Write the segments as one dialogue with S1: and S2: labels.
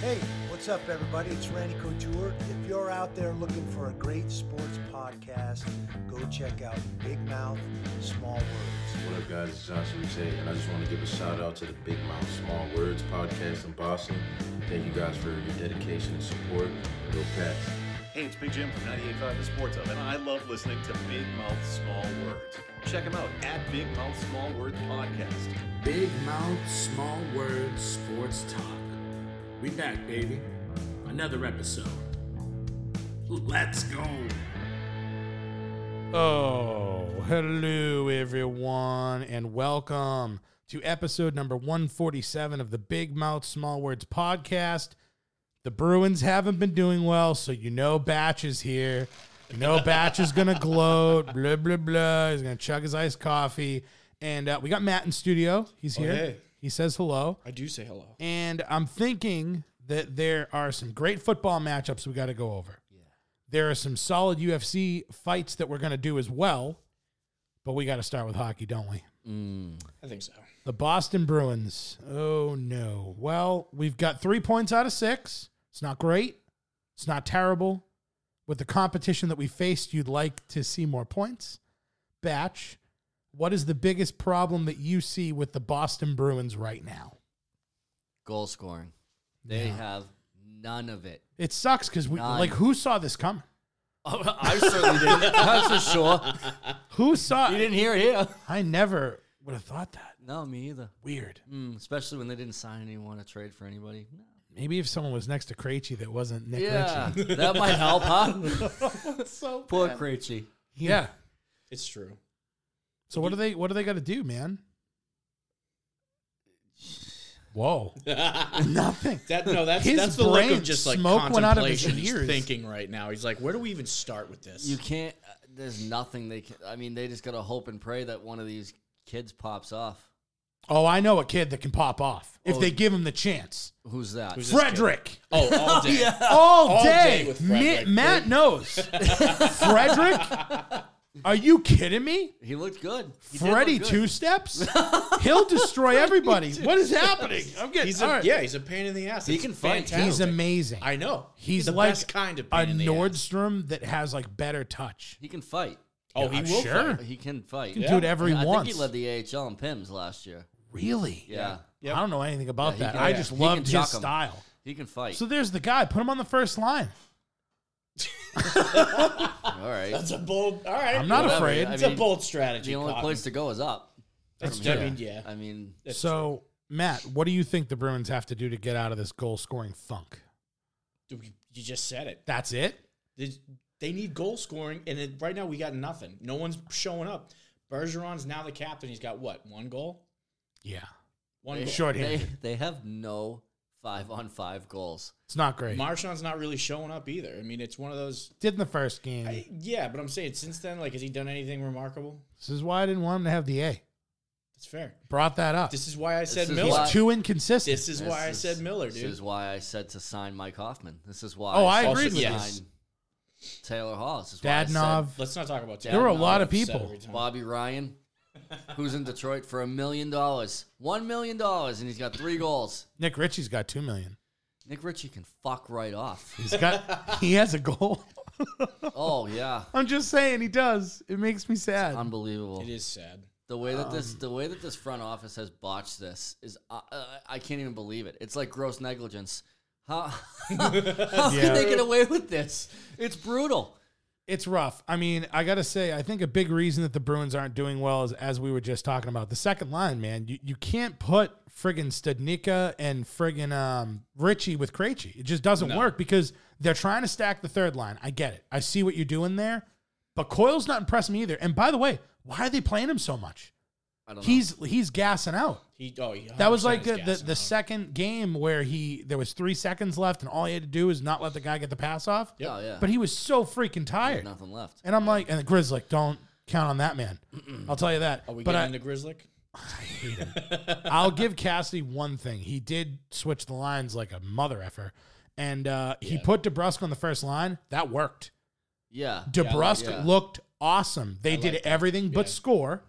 S1: Hey, what's up, everybody? It's Randy Couture. If you're out there looking for a great sports podcast, go check out Big Mouth Small Words.
S2: What up, guys? It's Johnson Ruse, and I just want to give a shout out to the Big Mouth Small Words podcast in Boston. Thank you guys for your dedication and support. Go Pats.
S3: Hey, it's Big Jim from 98.5 The Sports Hub, and I love listening to Big Mouth Small Words. Check them out at Big Mouth Small Words Podcast.
S4: Big Mouth Small Words Sports Talk. We back, baby. Another episode. Let's go.
S5: Oh, hello, everyone, and welcome to episode number 147 of the Big Mouth Small Words podcast. The Bruins haven't been doing well, so you know Batch is here. You know Batch is going to gloat, blah, blah, blah. He's going to chug his iced coffee. And uh, we got Matt in studio. He's here.
S6: Oh, hey.
S5: He says hello.
S6: I do say hello.
S5: And I'm thinking that there are some great football matchups we got to go over. There are some solid UFC fights that we're going to do as well, but we got to start with hockey, don't we?
S6: Mm. I think so.
S5: The Boston Bruins. Oh, no. Well, we've got three points out of six. It's not great, it's not terrible. With the competition that we faced, you'd like to see more points. Batch, what is the biggest problem that you see with the Boston Bruins right now?
S7: goal scoring. They have none of it.
S5: It sucks because we
S7: Nine.
S5: like who saw this coming?
S7: Oh, I certainly didn't. That's for sure.
S5: Who saw?
S7: You didn't hear it here.
S5: I never would have thought that.
S7: No, me either.
S5: Weird.
S7: Mm, especially when they didn't sign anyone or trade for anybody. No.
S5: Maybe if someone was next to Krejci that wasn't Nick
S7: Yeah,
S5: Ritchie.
S7: that might help, huh? Poor Krejci.
S5: Yeah.
S6: It's true.
S5: So what do they? What do they got to do, man? Whoa. Nothing.
S6: That no, that's
S5: His
S6: that's the look
S5: brain
S6: of just like
S5: smoke went out of his
S6: contemplation. He's
S5: ears.
S6: thinking right now. He's like, where do we even start with this?
S7: You can't. Uh, there's nothing they can. I mean, they just gotta hope and pray that one of these kids pops off.
S5: Oh, I know a kid that can pop off if
S7: Oh.
S5: they give him the chance.
S7: Who's that?
S6: Who's this kid?
S5: Frederick.
S6: Oh, all day.
S5: All,
S6: day
S5: day.
S6: with
S5: Mi-
S6: Frederick.
S5: Matt knows. Frederick? Are you kidding me?
S7: he looked good. He did look
S5: Freddy
S7: good.
S5: two steps? He'll destroy everybody. What is happening? I'm getting
S6: He's a,
S5: all right.
S6: yeah, he's a pain in the ass.
S7: He
S6: It's
S7: can fight.
S6: fantastic.
S5: He's amazing.
S6: I know.
S5: He's,
S6: the
S5: like
S6: best kind of
S5: a
S6: pain in the ass.
S5: Nordstrom that has like better touch.
S7: He can fight.
S6: Oh, he
S5: I'm
S6: will.
S5: sure.
S6: Fight.
S7: He can fight.
S5: He can do whatever he
S7: I
S5: wants.
S7: think he led the AHL in PIMS last year.
S5: really?
S7: Yeah.
S5: I don't know anything about
S7: he
S5: that.
S7: can-
S5: I
S7: yeah.
S5: just
S7: He can
S5: loved his
S7: chuck 'em.
S5: style.
S7: He can fight.
S5: So there's the guy. Put him on the first line.
S7: All right.
S6: That's a bold. All right.
S5: I'm not
S7: Whatever.
S5: afraid.
S7: I
S6: It's
S7: mean,
S6: a bold strategy.
S7: the only
S6: Cotton.
S7: place to go is up.
S6: That's,
S7: from
S6: I mean,
S7: here.
S6: yeah.
S7: I mean,
S6: That's
S5: so Matt, what do you think the Bruins have to do to get out of this goal scoring funk?
S6: true. You- You just said it.
S5: That's it.
S6: There's- They need goal scoring, and it, right now we got nothing. No one's showing up. Bergeron's now the captain. He's got what? One goal.
S5: Yeah,
S6: One
S7: they-
S6: goal.
S7: they,
S5: shorthanded.
S7: they have no five on five goals.
S5: It's not great.
S6: Marshawn's not really showing up either. I mean, it's one of those.
S5: Did in the first game.
S6: I, yeah, but I'm saying since then, like, has he done anything remarkable?
S5: this is why I didn't want him to have the A.
S6: That's fair.
S5: Brought that up.
S6: This is why I said
S7: is
S6: Miller.
S7: why-
S5: Too inconsistent.
S6: this is why I
S7: This
S6: said
S7: is-
S6: Miller,
S7: This
S6: dude.
S7: is why I said to sign Mike Hoffman. This is why.
S5: Oh, I
S7: said
S5: agreed
S7: to
S6: with you.
S7: sign Taylor Hall. This is why I said
S5: Dadnov.
S6: Let's not talk about
S5: There were a
S7: Dadnov
S5: lot of
S6: upset
S5: people.
S6: every time.
S7: Bobby Ryan, who's in Detroit for a million dollars, one million dollars, and he's got three goals.
S5: Nick Ritchie's got two million.
S7: Nick Ritchie can fuck right off.
S5: He's got he has a goal.
S7: Oh yeah,
S5: I'm just saying he does. It makes me sad.
S7: unbelievable.
S6: It is sad.
S7: The way that
S6: Um,
S7: this, the way that this front office has botched this is, uh, uh, I can't even believe it. It's like gross negligence. How, how
S5: Yeah.
S7: can they get away with this? It's brutal.
S5: it's rough. I mean, I gotta say, I think a big reason that the Bruins aren't doing well is as we were just talking about the second line, man. You you can't put friggin' Studnicka and friggin' um, Richie with Krejci. It just doesn't work because they're trying to stack the third line. I get it. I see what you're doing there, but Coyle's not impressing me either. And by the way, why are they playing him so much?
S7: I don't know.
S5: He's he's gassing out.
S6: He, oh, he
S5: That was like
S6: 100%
S5: the,
S6: is
S5: the,
S6: gassing
S5: the
S6: out.
S5: second game where he there was three seconds left and all he had to do is not let the guy get the pass off.
S7: Oh yeah.
S5: But he was so freaking tired.
S7: nothing left.
S5: And I'm like, and the Grizz like, don't count on that man. I'll tell you that.
S6: Are we
S5: but
S6: getting
S5: I,
S6: into Grizzly?
S5: I'll give Cassidy one thing. He did switch the lines like a mother effer. And uh, he put DeBrusque on the first line. That worked.
S7: Yeah.
S5: DeBrusque
S7: yeah.
S5: looked awesome. They did everything but score.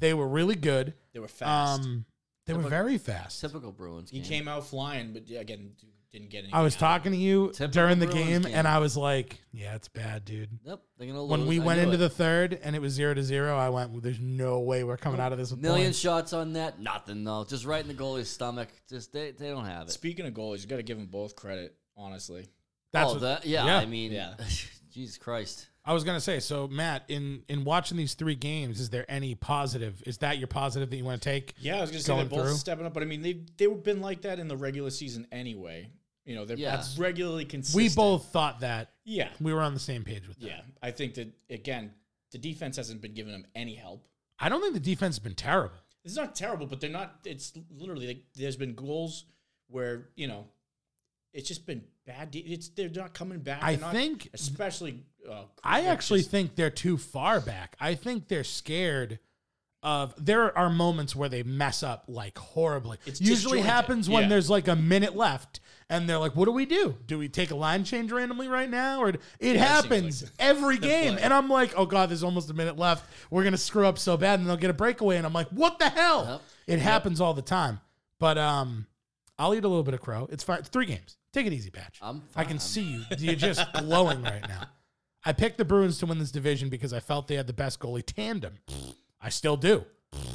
S5: They were really good.
S6: They were fast.
S5: Um, They were very fast.
S7: Typical Bruins.
S6: He
S7: game.
S6: came out flying, but yeah, again, d- didn't get any.
S5: I was talking to you
S7: Typical
S5: during the
S7: Bruins
S5: game,
S7: game.
S5: and I was like, "Yeah, it's bad, dude."
S7: Nope. They're gonna lose.
S5: When we
S7: I
S5: went
S7: knew
S5: into
S7: it.
S5: the third and it was zero to zero, I went, well, "There's no way we're coming out of this with
S7: million
S5: points."
S7: shots on net, nothing though. Just right in the goalie's stomach. Just they, they don't have it.
S6: Speaking of goalies, you got to give them both credit, honestly.
S5: That's
S7: oh,
S5: what,
S7: that, yeah,
S5: yeah.
S7: I mean,
S6: Yeah.
S7: Jesus Christ.
S5: I was gonna say. So, Matt, in in watching these three games, is there any positive? Is that your positive that you want to take?
S6: Yeah, I was gonna say they're
S5: Going
S6: both
S5: through.
S6: stepping up, but I mean they they've been like that in the regular season anyway. You know, they're
S7: Yeah.
S6: that's regularly consistent.
S5: We both thought that
S6: yeah,
S5: we were on the same page with that.
S6: yeah. I think that again, the defense hasn't been giving them any help.
S5: I don't think the defense has been terrible.
S6: It's not terrible, but they're not. It's literally like there's been goals where you know, it's just been bad. De- it's they're not coming back.
S5: I
S6: They're not-
S5: think-
S6: especially. Uh,
S5: I
S6: they're
S5: actually
S6: just-
S5: think they're too far back. I think they're scared of. There are moments where they mess up like horribly.
S6: It's
S5: It usually
S6: disjointed.
S5: happens when
S6: Yeah.
S5: there's like a minute left, and they're like, "What do we do? Do we take a line change randomly right now?" Or it happens
S6: like
S5: every game,
S6: play.
S5: and I'm like, "Oh God, there's almost a minute left. We're gonna screw up so bad, and they'll get a breakaway." And I'm like, "What the hell?"
S7: Yep.
S5: It happens all the time. But um, I'll eat a little bit of crow. It's fine. It's three games. Take it easy, Patch.
S7: I'm
S5: I can see you. You're just glowing right now. I picked the Bruins to win this division because I felt they had the best goalie tandem. I still do.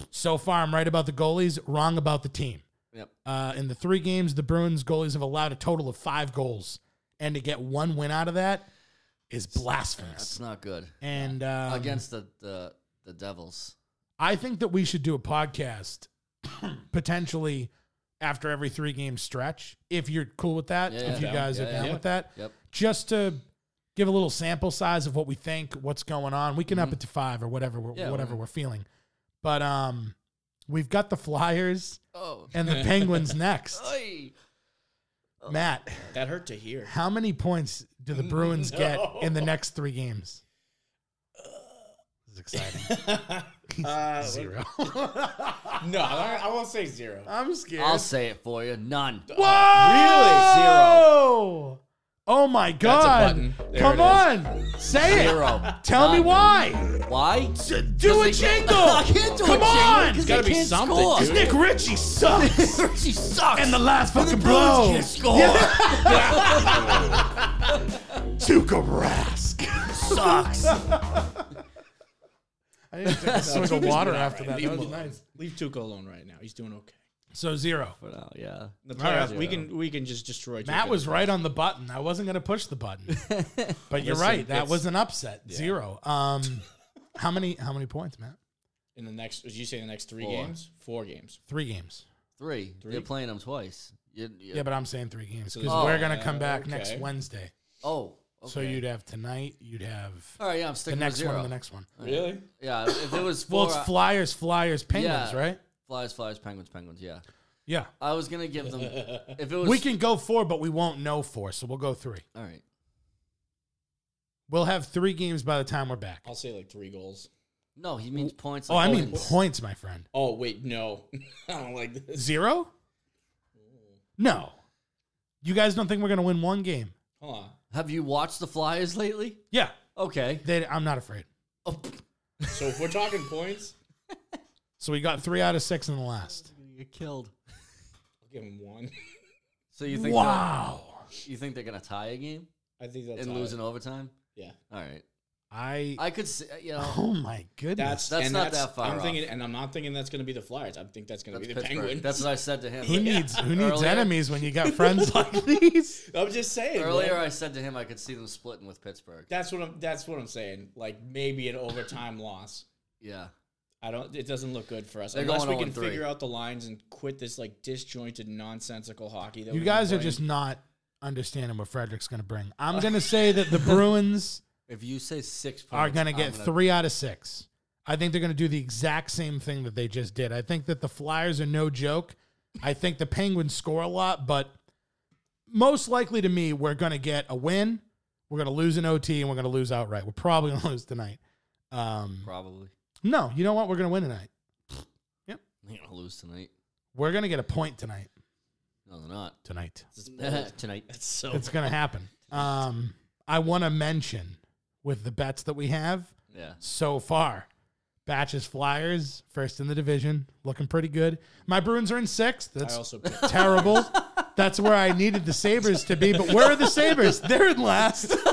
S5: So far, I'm right about the goalies, wrong about the team.
S7: Yep.
S5: Uh, in the three games, the Bruins goalies have allowed a total of five goals, and to get one win out of that is
S7: That's
S5: blasphemous.
S7: not good.
S5: And um,
S7: Against the, the the Devils.
S5: I think that we should do a podcast potentially after every three game stretch if you're cool with that.
S7: Yeah,
S5: if
S7: yeah.
S5: you guys
S6: Yeah,
S5: are
S6: yeah,
S5: down
S6: yeah.
S5: with that,
S7: Yep.
S5: just to give a little sample size of what we think, what's going on. We can up it to five or whatever we're,
S7: Yeah,
S5: whatever
S7: whatever.
S5: we're feeling. But um, we've got the Flyers
S7: Oh.
S5: and the Penguins next.
S7: Oy.
S5: Matt,
S6: that hurt to hear.
S5: how many points do the Bruins get in the
S6: No.
S5: next three games? This is exciting.
S6: Uh,
S5: Zero.
S6: No, I, I won't say zero.
S5: I'm scared.
S7: I'll say it for you. None.
S6: Really?
S5: Oh, oh my
S6: That's a
S5: God.
S6: button. There
S5: Come
S6: it
S5: on.
S6: is.
S5: Say it.
S7: Zero.
S5: Tell me
S7: None.
S5: why.
S7: Why?
S5: D- Do a
S7: Because they-
S5: jingle.
S7: I can't do a
S5: Come
S7: jingle
S5: on.
S7: 'cause
S6: gotta
S7: they
S6: be
S7: can't
S6: something,
S7: score.
S6: dude.
S5: Nick Ritchie sucks.
S7: Richie sucks.
S5: and the last fucking
S7: Bruins
S5: blow.
S7: can't score.
S5: Tuka Rask sucks. I need to take a swig of water after that.
S6: Leave
S5: That
S6: him
S5: was
S6: alone.
S5: nice.
S6: Leave Tuca alone right now. He's doing okay.
S5: So zero.
S7: For now, uh, yeah.
S6: The
S5: All right.
S6: playoffs, we can we can just destroy.
S5: Matt
S6: Tuca.
S5: was right on the button. I wasn't going to push the button, but you're
S6: Listen,
S5: right. That
S6: it's-
S5: was an upset. Zero. Um, how many? How many points, Matt?
S6: in the next. Did you say the next three
S7: Four.
S6: games? Four games.
S5: Three games.
S7: Three.
S6: Three?
S7: You're playing them twice. You, you,
S5: Yeah, but I'm saying three games because
S7: Oh,
S5: we're going to come back
S6: okay.
S5: next Wednesday.
S7: oh. Okay.
S5: So you'd have tonight. You'd have
S7: All right. Yeah. I'm
S5: the
S7: sticking
S5: next
S7: with zero.
S5: one. and The next one.
S6: Really?
S7: Yeah. If it was
S5: Well,
S7: four, uh,
S5: it's Flyers, Flyers, Penguins,
S7: Yeah.
S5: right?
S7: flies, flies, penguins, penguins. Yeah.
S5: Yeah.
S7: I was gonna give them. If it was,
S5: We can go four, but we won't know four, so we'll go three.
S7: All right.
S5: We'll have three games by the time we're back.
S6: I'll say like three goals.
S7: No, he means points.
S5: Oh,
S7: like
S5: I mean
S7: Owens.
S5: points, my friend.
S6: Oh wait, no, I don't like this.
S5: Zero? No. You guys don't think we're going to win one game?
S6: Hold on.
S7: Have you watched the Flyers lately?
S5: Yeah.
S7: Okay.
S5: They, I'm not afraid.
S7: Oh,
S6: So if we're talking points,
S5: So we got three out of six in the last.
S7: you killed.
S6: I'll give him one.
S7: So you think
S5: Wow.
S7: they'll- you think they're gonna tie a game
S6: I think that's
S7: and
S6: all
S7: lose
S6: right.
S7: in overtime?
S6: Yeah,
S7: All right.
S5: I.
S7: I could see. You know.
S5: Oh my goodness.
S6: that's
S7: That's
S6: and
S7: not
S6: that's,
S7: that far
S6: I'm
S7: off.
S6: thinking, and I'm not thinking that's going to be the Flyers. I think that's going
S7: That's
S6: to be the
S7: Pittsburgh.
S6: Penguins.
S7: That's what I said to him.
S5: Who needs who needs
S7: Earlier-
S5: enemies when you got friends Oh, like these?
S6: I'm just saying. bro.
S7: Earlier, I said to him I could see them splitting with Pittsburgh.
S6: that's what I'm. That's what I'm saying. Like maybe an overtime loss.
S7: Yeah.
S6: I don't. It doesn't look good for us
S7: They're
S6: unless we
S7: going
S6: can
S7: 0-3.
S6: figure out the lines and quit this like disjointed, nonsensical hockey. That
S5: You
S6: we've been
S5: guys are
S6: playing.
S5: just not understanding what Frederick's going to bring. I'm going to say that the Bruins.
S7: If you say six points,
S5: are going to
S7: I'm
S5: get
S7: gonna-
S5: three out of six. I think they're going to do the exact same thing that they just did. I think that the Flyers are no joke. I think the Penguins score a lot, but most likely to me, we're going to get a win. We're going to lose an OT and we're going to lose outright. We're probably going to lose tonight. Um,
S7: Probably.
S5: no, you know what? We're going to win tonight.
S7: They're gonna lose tonight.
S5: We're going to get a point tonight.
S7: No, they're not.
S5: Tonight.
S7: tonight.
S6: That's so.
S5: It's going to happen. Um, I want to mention with the bets that we have
S7: Yeah.
S5: so far Batches Flyers, first in the division, looking pretty good. My Bruins are in sixth.
S6: I
S5: That's
S6: also picked
S5: terrible. That's where I needed the Sabres to be, but where are the Sabres? They're in last.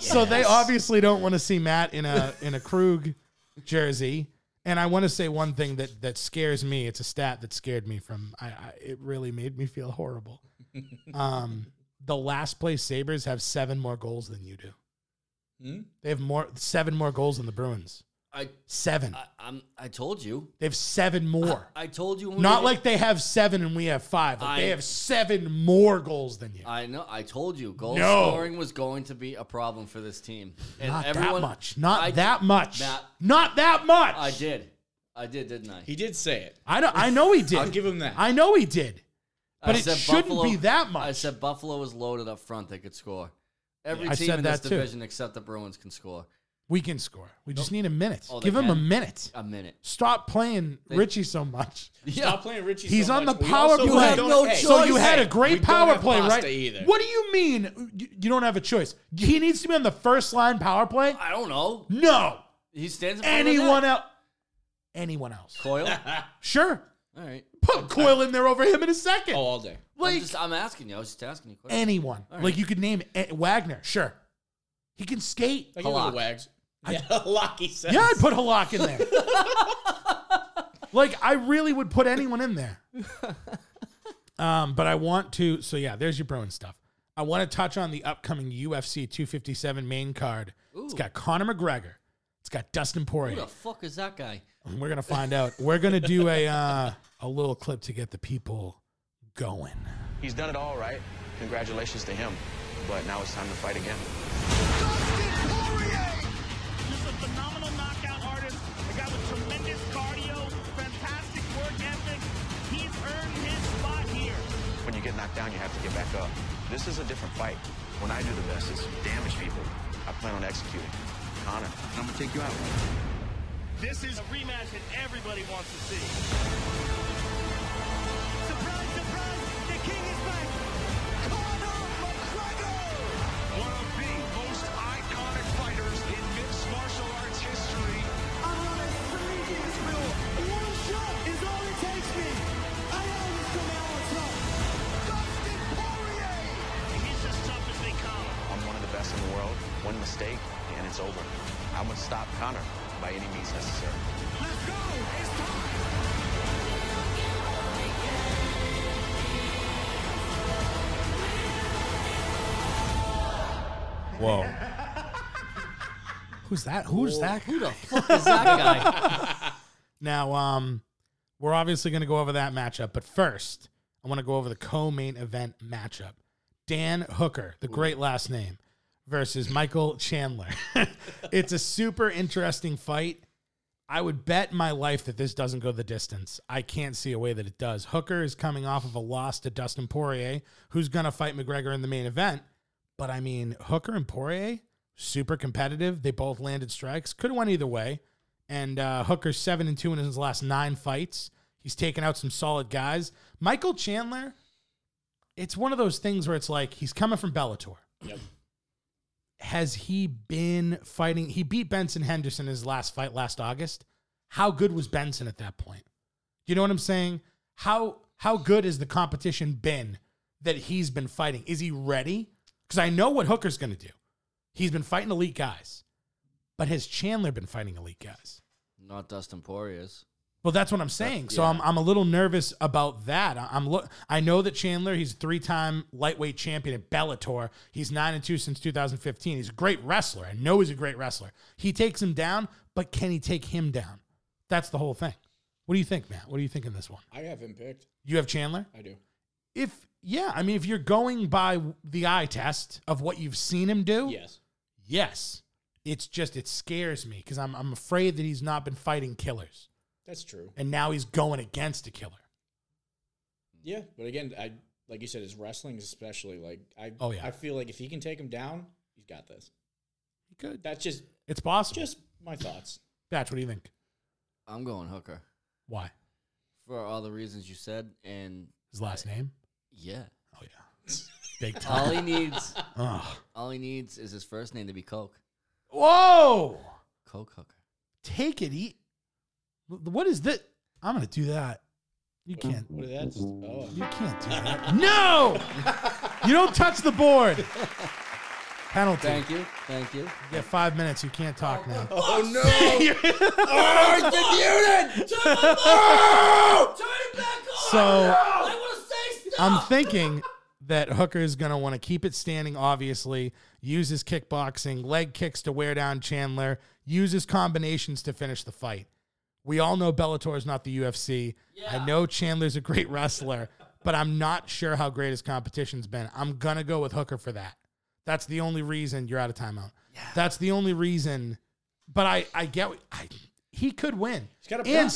S5: So they obviously don't want to see Matt in a in a Krug jersey. And I want to say one thing that that scares me. It's a stat that scared me from I, I it really made me feel horrible. Um the last place Sabres have seven more goals than you do.
S6: Hmm?
S5: They have more seven more goals than the Bruins.
S7: I,
S5: Seven.
S7: I I'm I told you.
S5: They have seven more.
S7: I told you. When we
S5: Not
S7: did-
S5: like they have seven and we have five. Like they
S7: I-
S5: have seven more goals than you.
S7: I know. I told you, goal
S5: No.
S7: scoring was going to be a problem for this team. And
S5: not
S7: everyone,
S5: that much. Not
S7: I-
S5: that much.
S7: Matt.
S5: not that much.
S7: I did. I did, didn't I?
S6: He did say it.
S5: I know. I know he did.
S6: I'll give him that.
S5: I know he did. But
S7: I
S5: it
S7: said
S5: shouldn't be that much.
S7: I said Buffalo was loaded up front; they could score. Every
S5: Yeah. I
S7: team
S5: said
S7: in
S5: that
S7: this
S5: too.
S7: division except the Bruins can score
S5: we can score. We just need a minute.
S7: Oh, they
S5: give him a
S7: can?
S5: minute.
S7: a minute.
S5: Stop playing Richie so much.
S6: Stop playing Richie.
S5: He's
S6: so
S5: on
S6: much.
S5: the
S6: We
S5: power
S6: also
S5: play. You have
S6: don't-
S7: no
S6: hey,
S5: So
S7: choice.
S5: you had a
S6: hey,
S5: great
S6: we don't
S5: power
S6: have
S5: play,
S6: pasta
S5: right?
S6: Either.
S5: What do you mean you- you don't have a choice? He needs to be on the first line power play.
S7: I don't know.
S5: No,
S7: He stands. in front of the net.
S5: anyone else? Anyone else?
S7: Coil.
S5: Sure,
S7: All right.
S5: put Coil in there over him in a second.
S6: Oh, all day.
S7: I'm
S5: like
S7: just. I'm asking you. I was just asking you. Coil.
S5: anyone.
S7: All right.
S5: Like you could name it. Wagner, sure. He can skate.
S6: I give it
S7: Halak.
S6: a wags. Yeah, Halak, he says.
S5: Yeah, I'd put Halak in there. like I really would put anyone in there. Um, but I want to. So yeah, there's your Bruin stuff. I want to touch on the upcoming UFC 257 main card. It's
S7: Ooh.
S5: got Conor McGregor. It's got Dustin
S7: Who
S5: Poirier.
S7: the fuck is that guy?
S5: And We're gonna find out. We're gonna do a uh, a little clip to get the people going.
S8: He's done it all right. Congratulations to him. But now it's time to fight again.
S9: Just a phenomenal knockout artist, a guy with tremendous cardio, fantastic work ethic. He's earned his spot here.
S8: When you get knocked down, you have to get back up. This is a different fight. When I do the best, it's damage people. I plan on executing. Connor. I'm gonna take you out.
S9: This is a rematch that everybody wants to see. Surprise, surprise, the king is back. Conor McGregor! One of the most iconic fighters in mixed martial arts history. I'm on a three-years rule. One shot is all it takes me. I always come out on top. Dustin Poirier! He's as tough as they come.
S8: I'm one of the best in the world. One mistake, and it's over. I would stop Connor by any means necessary.
S9: Let's go! It's time!
S5: Whoa. Who's that? Who's that?
S7: Who the fuck is that guy?
S5: Now, um, we're obviously going to go over that matchup, but first, I want to go over the co-main event matchup: Dan Hooker, the great last name, versus Michael Chandler. it's a super interesting fight. I would bet my life that this doesn't go the distance. I can't see a way that it does. Hooker is coming off of a loss to Dustin Poirier, who's going to fight McGregor in the main event. But I mean, Hooker and Poirier, super competitive. They both landed strikes. Could have went either way. And uh, Hooker's seven and two in his last nine fights. He's taken out some solid guys. Michael Chandler, it's one of those things where it's like he's coming from Bellator.
S6: Yep.
S5: Has he been fighting? He beat Benson Henderson in his last fight last August. How good was Benson at that point? You know what I'm saying? How how good has the competition been that he's been fighting? Is he ready? Because I know what Hooker's going to do. He's been fighting elite guys, but has Chandler been fighting elite guys?
S7: Not Dustin Poirier's.
S5: Well, that's what I'm saying. So
S7: yeah.
S5: I'm, I'm a little nervous about that. I- I'm look. I know that Chandler. He's three time lightweight champion at Bellator. He's nine and two since 2015. He's a great wrestler. I know he's a great wrestler. He takes him down, but can he take him down? That's the whole thing. What do you think, Matt? What do you think in this one?
S6: I have him picked.
S5: You have Chandler.
S6: I do.
S5: If yeah, I mean, if you're going by the eye test of what you've seen him do,
S6: Yes.
S5: yes. It's just it scares me because I'm I'm afraid that he's not been fighting killers,
S6: That's true.
S5: and now he's going against a killer.
S6: Yeah, but again, I like you said, his wrestling, is especially like I.
S5: Oh, yeah.
S6: I feel like if he can take him down, he's got this.
S5: He could.
S6: That's just
S5: It's possible.
S6: just my thoughts.
S5: Batch, what do you think?
S7: I'm going Hooker
S5: Why?
S7: for all the reasons you said, and
S5: His last name?
S7: yeah,
S5: Oh yeah. Big
S7: all
S5: time.
S7: he needs,
S5: Ugh.
S7: all he needs is his first name to be Coke.
S5: Whoa!
S7: Coke Hooker.
S5: Take it eat. What is this? I'm gonna do that. You can't.
S6: What did that? just- Oh,
S5: You can't do that. no! You don't touch the board. Penalty.
S7: Thank you. Thank you.
S5: You get five minutes. You can't talk now.
S2: Oh no!
S5: Oh! So I'm thinking that Hooker is going to want to keep it standing, obviously, use his kickboxing, leg kicks to wear down Chandler, use his combinations to finish the fight. We all know Bellator is not the UFC. I know Chandler's a great wrestler, but I'm not sure how great his competition's been. I'm going to go with Hooker for that. That's the only reason you're out of timeout. That's the only reason. But I, I get what- I, he could win.
S6: gotta
S5: and
S6: prove- I
S7: don't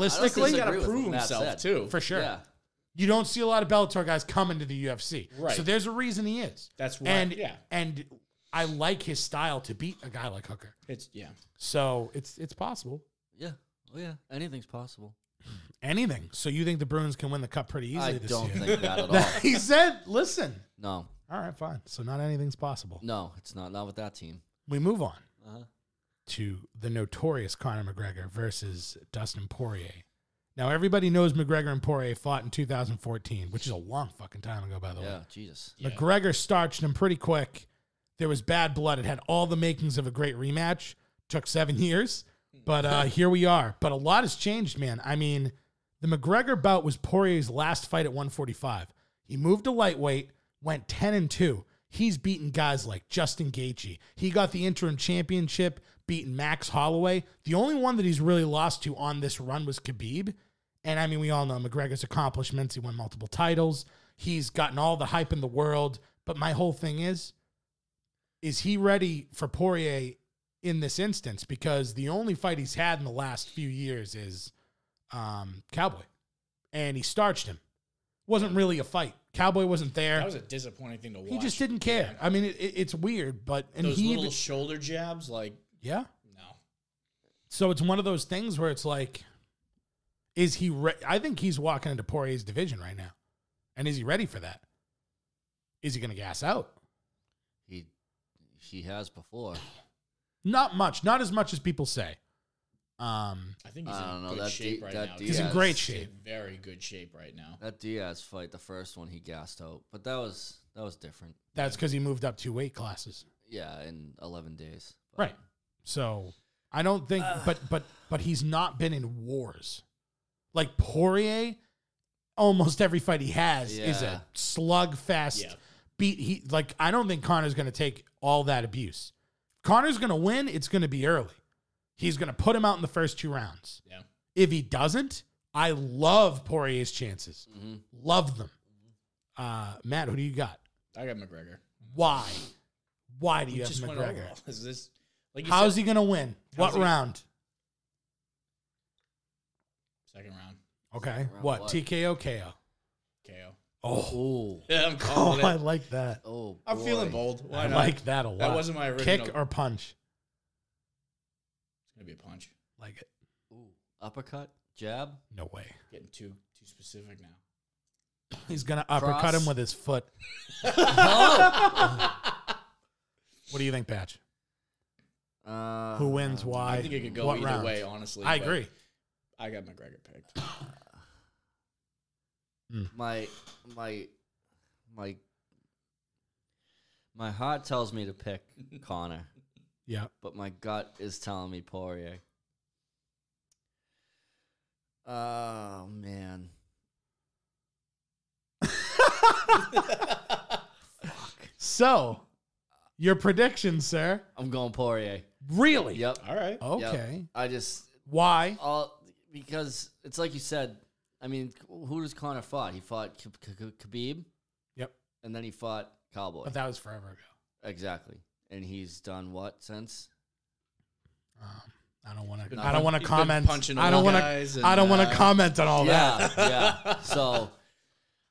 S5: stylistically,
S6: he's got
S7: Agree with
S6: to prove
S7: what Matt
S6: himself
S7: said.
S6: too.
S5: for sure
S7: Yeah.
S5: you don't see a lot of Bellator guys coming to the UFC.
S6: Right.
S5: So there's a reason he is.
S6: That's why-
S5: right. And
S6: yeah.
S5: and I like his style to beat a guy like Hooker.
S6: It's yeah.
S5: So it's it's possible.
S7: Yeah. Oh yeah. Anything's possible.
S5: Anything. So you think the Bruins can win the cup pretty easily
S7: I
S5: this
S7: don't
S5: year?
S7: think that at all.
S5: he said, listen.
S7: No.
S5: All right, fine. So not anything's possible.
S7: No, Uh-huh. it's not. Not with that team.
S5: We move on to the notorious Conor McGregor versus Dustin Poirier. Now everybody knows McGregor and Poirier fought in 2014, which is a long fucking time ago, by the way.
S7: Yeah. Jesus.
S5: McGregor starched him pretty quick. There was bad blood. It had all the makings of a great rematch. Took seven years, but uh, here we are. But a lot has changed, man. I mean, the McGregor bout was Poirier's last fight at 145. He moved to lightweight, went 10 and 2. He's beaten guys like Justin Gaethje. He got the interim championship, beaten Max Holloway. The only one that he's really lost to on this run was Khabib. And I mean, we all know McGregor's accomplishments. He won multiple titles. He's gotten all the hype in the world. But my whole thing is, is he ready for Poirier in this instance? Because the only fight he's had in the last few years is um, Cowboy, and he starched him. Wasn't really a fight. Cowboy wasn't there.
S6: That was a disappointing thing to watch.
S5: he just didn't care. I mean, it, it, it's weird, but and
S6: those
S5: he
S6: little
S5: even-
S6: shoulder jabs, like
S5: yeah.
S6: no.
S5: So it's one of those things where it's like, is he? Re- I think he's walking into Poirier's division right now, and is he ready for that? Is he going to gas out?
S7: He he has before.
S5: Not much. Not as much as people say. Um,
S6: I think he's
S7: I don't
S6: in
S7: know,
S6: good
S7: that
S6: shape
S7: D-
S6: right
S7: that
S6: now.
S7: He's
S5: in
S6: Diaz
S5: great
S6: is
S5: shape.
S6: in very good shape right now.
S7: That Diaz fight, the first one, he gassed out. But that was that was different.
S5: that's because he moved up two weight classes,
S7: Yeah, in eleven days. But
S5: right? So I don't think, but but but he's not been in wars like Poirier. Almost every fight he has is
S7: Yeah.
S5: a slugfest.
S6: Yeah.
S5: Beat he like I don't think Connor's going to take all that abuse. Connor's going to win. It's going to be early. He's going to put him out in the first two rounds.
S6: Yeah.
S5: If he doesn't, I love Poirier's chances.
S6: Mm-hmm.
S5: Love them. Uh, Matt, who do you got?
S6: I got McGregor.
S5: Why? Why do
S6: He
S5: you have
S6: just went over.
S5: McGregor?
S6: Is this like you
S5: How's
S6: said,
S5: he going to win?
S6: How's
S5: what
S6: he-
S5: round?
S6: second round
S5: Okay.
S7: Round
S5: What?
S7: what?
S5: TKO KO.
S6: KO?
S5: Oh,
S7: Oh.
S6: Yeah, I'm
S5: oh
S6: calling
S5: I
S6: it.
S5: like that.
S7: Oh.
S6: I'm
S7: boy.
S6: feeling bold. Why
S5: I
S6: not?
S5: like that a lot.
S6: That wasn't my original.
S5: Kick or punch?
S6: It's gonna be a punch.
S5: Like it.
S7: Ooh. Uppercut, jab.
S5: No way.
S6: Getting too too specific now.
S5: He's going to uppercut him
S7: Cross.
S5: with his foot.
S7: Oh.
S5: What do you think, Patch?
S7: Uh,
S5: Who wins? Why?
S6: I think it could go
S5: what
S6: either
S5: round?
S6: way. Honestly,
S5: I
S6: but
S5: agree.
S6: I got McGregor picked.
S7: my my my my heart tells me to pick Connor,
S5: Yeah.
S7: but my gut is telling me Poirier. Oh man.
S5: So, your prediction, sir?
S7: I'm going Poirier.
S5: Really?
S7: Yep.
S6: All right.
S7: yep.
S5: Okay.
S7: I just
S5: Why?
S7: all because it's like you said. I mean, who does Connor fought? He fought K- K- K- Khabib,
S5: Yep.
S7: and then he fought Cowboy.
S5: But that was forever ago.
S7: exactly. And he's done what since?
S5: I don't want
S6: been
S5: to. I don't want to
S6: punch- he's been
S5: comment.
S6: punching
S5: I don't
S6: all
S5: want
S6: guys
S5: to.
S6: and,
S5: I don't want
S6: uh,
S5: to comment on all Oh, that. Oh,
S7: yeah, yeah. So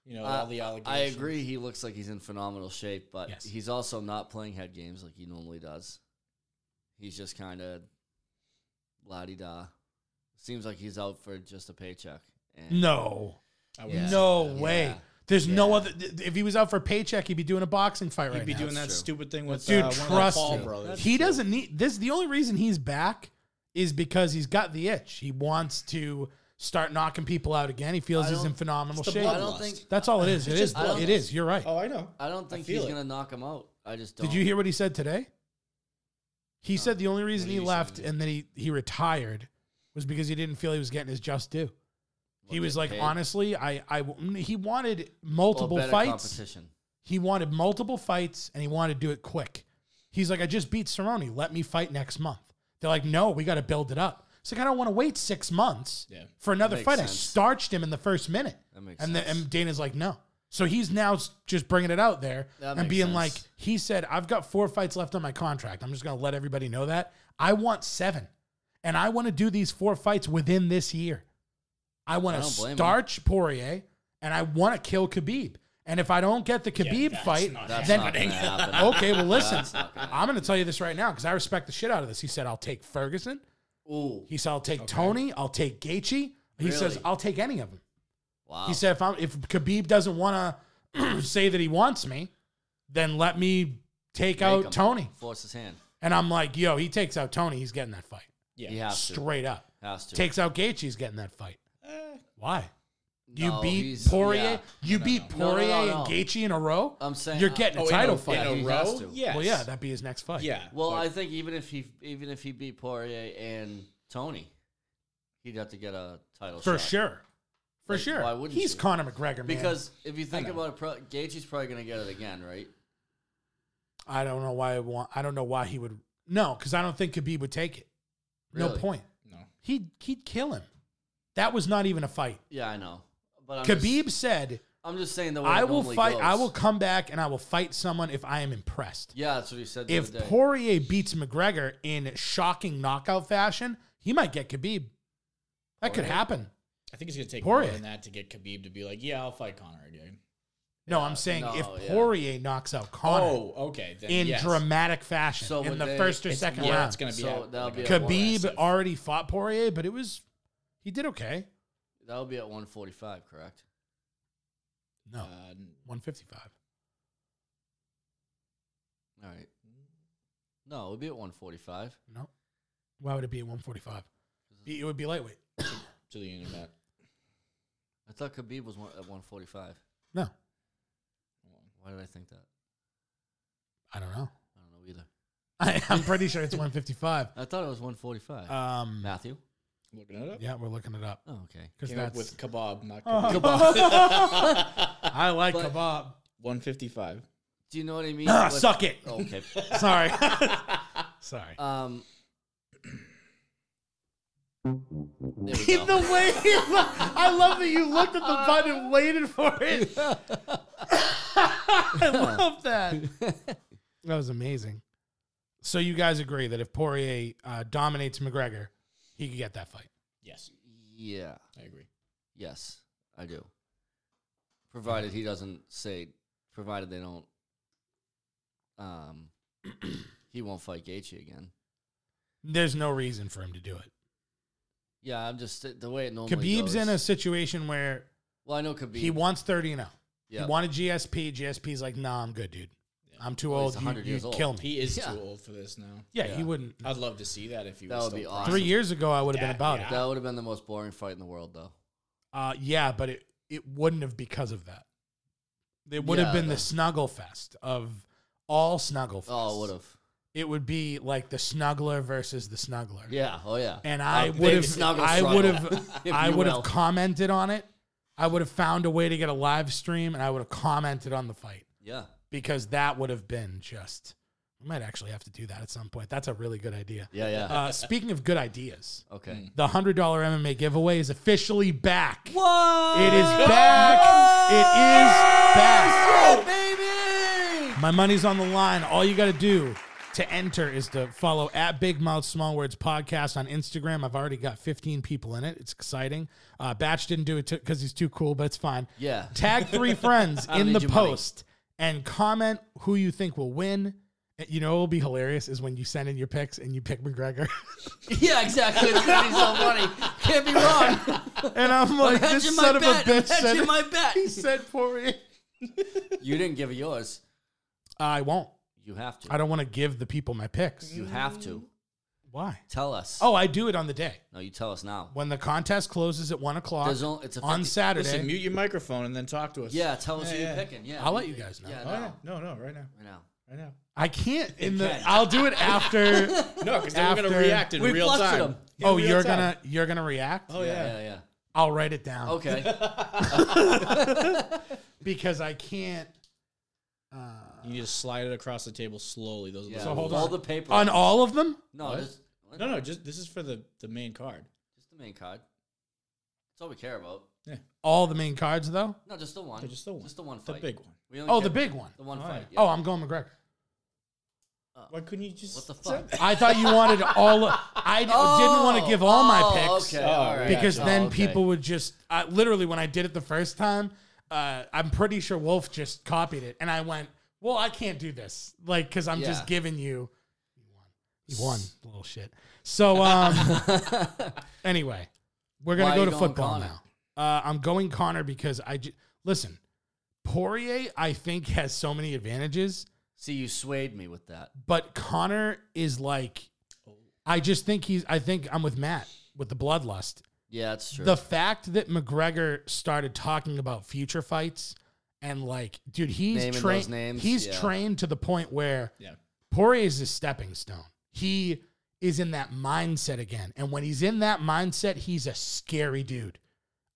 S6: You know
S7: Uh,
S6: all the
S7: I
S6: allegations.
S7: agree. He looks like he's in phenomenal shape, but
S5: Yes.
S7: he's also not playing head games like he normally does. He's just kind of la di da. Seems like he's out for just a paycheck. And
S5: No.
S6: I
S7: Yeah.
S5: No way.
S7: Yeah.
S5: There's no
S7: Yeah.
S5: other. If he was out for a paycheck, he'd be doing a boxing fight
S6: He'd
S5: right
S6: be
S5: now.
S6: doing that
S7: That's true.
S6: stupid thing with
S5: Dude,
S6: uh, one of the
S5: trust
S6: Paul
S5: me.
S6: brothers.
S5: he doesn't need this. The only reason he's back is because he's got the itch. He wants to start knocking people out again. He feels
S7: I
S5: he's in
S7: don't-
S5: phenomenal
S6: it's the
S5: shape.
S6: blood
S7: I don't
S6: lust.
S7: think.
S5: That's all it is. It
S6: It's
S5: is.
S6: just
S7: blood
S5: It is. You're right.
S6: Oh, I know.
S7: I don't think
S6: feel
S7: he's
S6: it.
S7: gonna knock him out. I just don't.
S5: Did you hear what he said today? He said the only reason
S6: What
S5: he
S6: did he say
S5: left
S6: today?
S5: and then he, he retired was because he didn't feel he was getting his just due. he
S7: Well,
S5: was
S7: get
S5: like,
S7: paid.
S5: honestly, I, I w- he wanted
S7: Well,
S5: multiple
S7: better
S5: fights.
S7: Competition.
S5: He wanted multiple fights and he wanted to do it quick. He's like, I just beat Cerrone. Let me fight next month. They're like, no, we got to build it up. It's like, I don't want to wait six months
S6: Yeah.
S5: for another
S7: Makes
S5: fight. I
S7: sense.
S5: starched him in the first minute.
S7: That makes
S5: and, the,
S7: sense.
S5: and Dana's like, no. So he's now s- just bringing it out there
S7: That
S5: and
S7: makes
S5: being
S7: sense.
S5: like, he said, I've got four fights left on my contract. I'm just going to let everybody know that. I want seven. And I want to do these four fights within this year. I want
S7: I
S5: to
S7: don't blame him.
S5: starch Poirier and I want to kill Khabib. And if I don't get the Khabib
S6: that's
S5: fight,
S6: not
S7: That's
S5: then
S7: not gonna happen.
S5: okay, well listen,
S7: That's not gonna
S5: I'm going to tell you this right now because I respect the shit out of this. He said, "I'll take Ferguson."
S7: Ooh.
S5: He said, "I'll take Tony. I'll take Gaethje." He says,
S7: Really?
S5: "I'll take any of them."
S7: Wow.
S5: He said, "If I'm, if Khabib doesn't want to say that he wants me, then let me take
S7: Make
S5: out
S7: him.
S5: Tony."
S7: Force his hand.
S5: And I'm like, "Yo, he takes out Tony, he's getting that fight
S6: Yeah.
S7: He has to.
S5: straight up.
S7: Has to. Eh.
S5: Takes out Gaethje, he's getting that fight. Why?" You
S7: No,
S5: beat
S7: he's-
S5: Poirier.
S7: yeah.
S5: You beat
S7: no,
S5: Poirier
S7: no.
S5: and Gaethje in a row.
S7: I'm saying-
S5: you're getting a
S6: Oh, in
S5: title
S6: a,
S5: fight.
S6: in a
S7: He has
S6: row.
S7: to.
S6: Yes.
S5: Well, yeah, that'd be his next fight.
S6: yeah.
S7: Well,
S6: but-
S7: I think even if he even if he beat Poirier and Tony, he'd have to get a title
S5: for
S7: shot.
S5: sure, for
S7: Like,
S5: sure.
S7: why wouldn't
S5: He's
S7: you?
S5: Conor McGregor, man.
S7: Because if you think about it, pro- Gaethje's probably going to get it again, right?
S5: I don't know why I want. I don't know why he would. No, because I don't think Khabib would take it. No
S7: Really?
S5: point.
S6: no.
S5: He'd he'd kill him. That was not even a fight.
S7: Yeah, I know. But I'm
S5: Khabib
S7: Just,
S5: said,
S7: I'm just saying the way
S5: "I
S7: it
S5: will
S7: normally
S5: fight. I
S7: goes.
S5: will come back and I will fight someone if I am impressed."
S7: Yeah, that's what he said. The
S5: If
S7: other day.
S5: Poirier beats McGregor in shocking knockout fashion, he might get Khabib. That could happen.
S6: I think it's going to take
S5: Poirier.
S6: more than that to get Khabib to be like, yeah, I'll fight Connor again.
S5: No, I'm saying
S7: no,
S5: if
S7: yeah.
S5: Poirier knocks out Conor
S6: Oh, okay. Then
S5: in
S6: yes.
S5: dramatic fashion
S7: So
S5: in
S7: would
S5: the
S7: they-
S5: first or
S6: It's-
S5: second
S6: yeah,
S5: round,
S6: it's going to be.
S7: So
S6: a-
S7: that'll
S6: like
S7: be
S6: a-
S7: a-
S5: Khabib
S7: aggressive.
S5: already fought Poirier, but it was he did okay.
S7: that will be at 145, correct?
S5: No,
S6: Uh,
S5: 155.
S7: All right. No, it would be at 145.
S5: No, why would it be at 145? It would be lightweight.
S6: to the internet.
S7: I thought Khabib was one, at 145.
S5: No,
S7: Why did I think that?
S5: I don't know.
S7: I don't know either.
S5: I, I'm pretty sure it's 155.
S7: I thought it was 145.
S5: Um,
S7: Matthew?
S6: Looking it up.
S5: yeah, we're looking it up
S7: Oh, okay.
S5: because
S6: Came up
S5: that's
S6: with kebab, not
S5: Oh.
S6: kebab.
S5: I like
S7: But-
S5: kebab.
S6: 155.
S7: Do you know what I mean?
S5: Ah,
S7: With-
S5: suck it.
S7: Okay.
S5: Sorry, sorry.
S7: Um. There we
S5: In the
S7: go.
S5: way, he lo- I love that you looked at the button and waited for it. I love that. That was amazing. So you guys agree that if Poirier uh, dominates McGregor, he could get that fight.
S6: Yes,
S7: yeah.
S6: I agree.
S7: Yes, I do. Provided he doesn't say. Provided they don't. Um. he won't fight Gaethje again.
S5: There's no reason for him to do it.
S7: Yeah, I'm just the way it normally.
S5: Khabib's
S7: goes-
S5: in a situation where
S7: Well, I know Khabib.
S5: he wants 30 and 0.
S7: Yeah.
S5: He wanted GSP. GSP's like, nah, I'm good, dude. I'm too
S7: Well, he's
S5: old. You,
S7: 100 years
S5: you'd
S7: old.
S5: kill me.
S6: He is
S7: Yeah.
S6: too old for this now.
S5: yeah, he
S7: Yeah.
S5: wouldn't.
S6: I'd love to see that if he
S7: That
S6: was
S7: would
S6: still
S7: be
S6: pro-
S7: awesome.
S5: Three years ago, I would have
S6: Yeah,
S5: been about it.
S7: That would have been the most boring fight in the world, though.
S5: Uh, yeah, but it, it wouldn't have because of that. It would have
S7: Yeah,
S5: been the
S7: the-
S5: snuggle fest of all snuggle fests.
S7: Oh, would have.
S5: It would be like the snuggler versus the snuggler.
S7: Yeah. Oh, yeah.
S5: And I
S7: A
S5: would
S7: big
S5: have,
S7: snuggle
S5: I
S7: struggle,
S5: would have,
S7: if
S5: I
S7: you
S5: would have
S7: will.
S5: commented on it. I would have found a way to get a live stream, and I would have commented on the fight.
S7: Yeah.
S5: because that would have been just. We might actually have to do that at some point. That's a really good idea.
S7: Yeah. Yeah.
S5: Uh, speaking of good ideas,
S7: okay.
S5: the hundred dollar MMA giveaway is officially back.
S7: What?
S5: It is back. It is back.
S7: baby.
S5: My money's on the line. All you got to do to enter is to follow at Big Mouth Small Words Podcast on Instagram. I've already got 15 people in it. It's exciting. Uh, Batch didn't do it because he's too cool, but it's fine.
S7: Yeah.
S5: Tag three friends
S7: don't
S5: in the
S7: need your money.
S5: post and comment who you think will win. You know, what will be hilarious is when you send in your picks and you pick McGregor.
S7: Yeah, exactly. It's gonna be so funny. Can't be wrong.
S5: and I'm like,
S7: Imagine
S5: this
S7: my
S5: son of a
S7: bet.
S5: bitch
S7: Imagine
S5: said,
S7: my bet.
S5: He said Poirier.
S7: You didn't give yours.
S5: I won't.
S7: You have to.
S5: I don't want to give the people my picks.
S7: You have to.
S5: Why?
S7: Tell us.
S5: Oh, I do it on the day
S7: No, you tell us now.
S5: when the contest closes at one o'clock
S7: There's only- it's a
S5: on
S7: 50
S5: Saturday.
S6: Listen, mute your microphone and then talk to us.
S7: Yeah, tell us
S6: Yeah,
S7: who
S6: yeah.
S7: you're picking. Yeah,
S5: I'll let you guys know. Oh,
S7: Yeah,
S6: Oh,
S7: no,
S6: yeah. No, no, right now.
S7: right now.
S6: Right now.
S5: I can't in the.
S7: can.
S5: I'll do it after.
S6: No, because then we're going to
S5: After-
S6: react in
S7: We
S6: real
S7: flustered
S6: time.
S7: him.
S6: Yeah,
S5: oh,
S6: real
S5: you're
S6: time.
S5: gonna you're gonna react.
S6: Oh, yeah.
S7: Yeah, yeah.
S5: I'll write it down
S7: Okay.
S5: because I can't.
S6: You need to slide it across the table slowly. Those are
S7: Yeah.
S6: the-
S5: So hold
S7: All
S5: on.
S7: the paper.
S5: On all of them?
S7: no,
S6: What?
S7: just, what?
S6: No, no, just this is for the, the main card.
S7: just the main card. That's all we care about.
S5: All the main cards though?
S7: No, just the one.
S6: No, Oh, just the one.
S7: Just the one
S6: The
S7: fight.
S6: big one.
S7: We only
S5: Oh,
S7: care
S5: the
S7: about
S5: big one.
S7: The one
S6: Oh,
S7: fight.
S6: yeah.
S7: Yeah.
S5: Oh, I'm going McGregor.
S6: Why couldn't you just
S7: What the fuck?
S5: I thought you wanted all. Of, I d- didn't want to give all
S7: Oh,
S5: my picks
S7: Okay.
S6: Oh,
S7: all right.
S5: because
S7: Oh,
S5: then
S7: okay.
S5: people would just I literally when I did it the first time. Uh, I'm pretty sure Wolf just copied it, and I went, "Well, I can't do this, like, because I'm just
S7: Yeah.
S5: giving you." You won, you won, little shit. So, um, anyway, we're gonna
S7: Why are
S5: go
S7: you
S5: to
S7: going
S5: football
S7: Connor?
S5: now. Uh, I'm going Connor because I ju- listen. Poirier, I think, has so many advantages
S7: See, you swayed me with that.
S5: but Connor is like, I just think he's. I think I'm with Matt with the bloodlust.
S7: Yeah, that's true.
S5: The fact that McGregor started talking about future fights and like, dude, he's
S7: Naming
S5: trained.
S7: those names,
S5: He's
S7: yeah.
S5: trained to the point where
S6: Yeah.
S5: Poirier is a stepping stone. He is in that mindset again, and when he's in that mindset, he's a scary dude.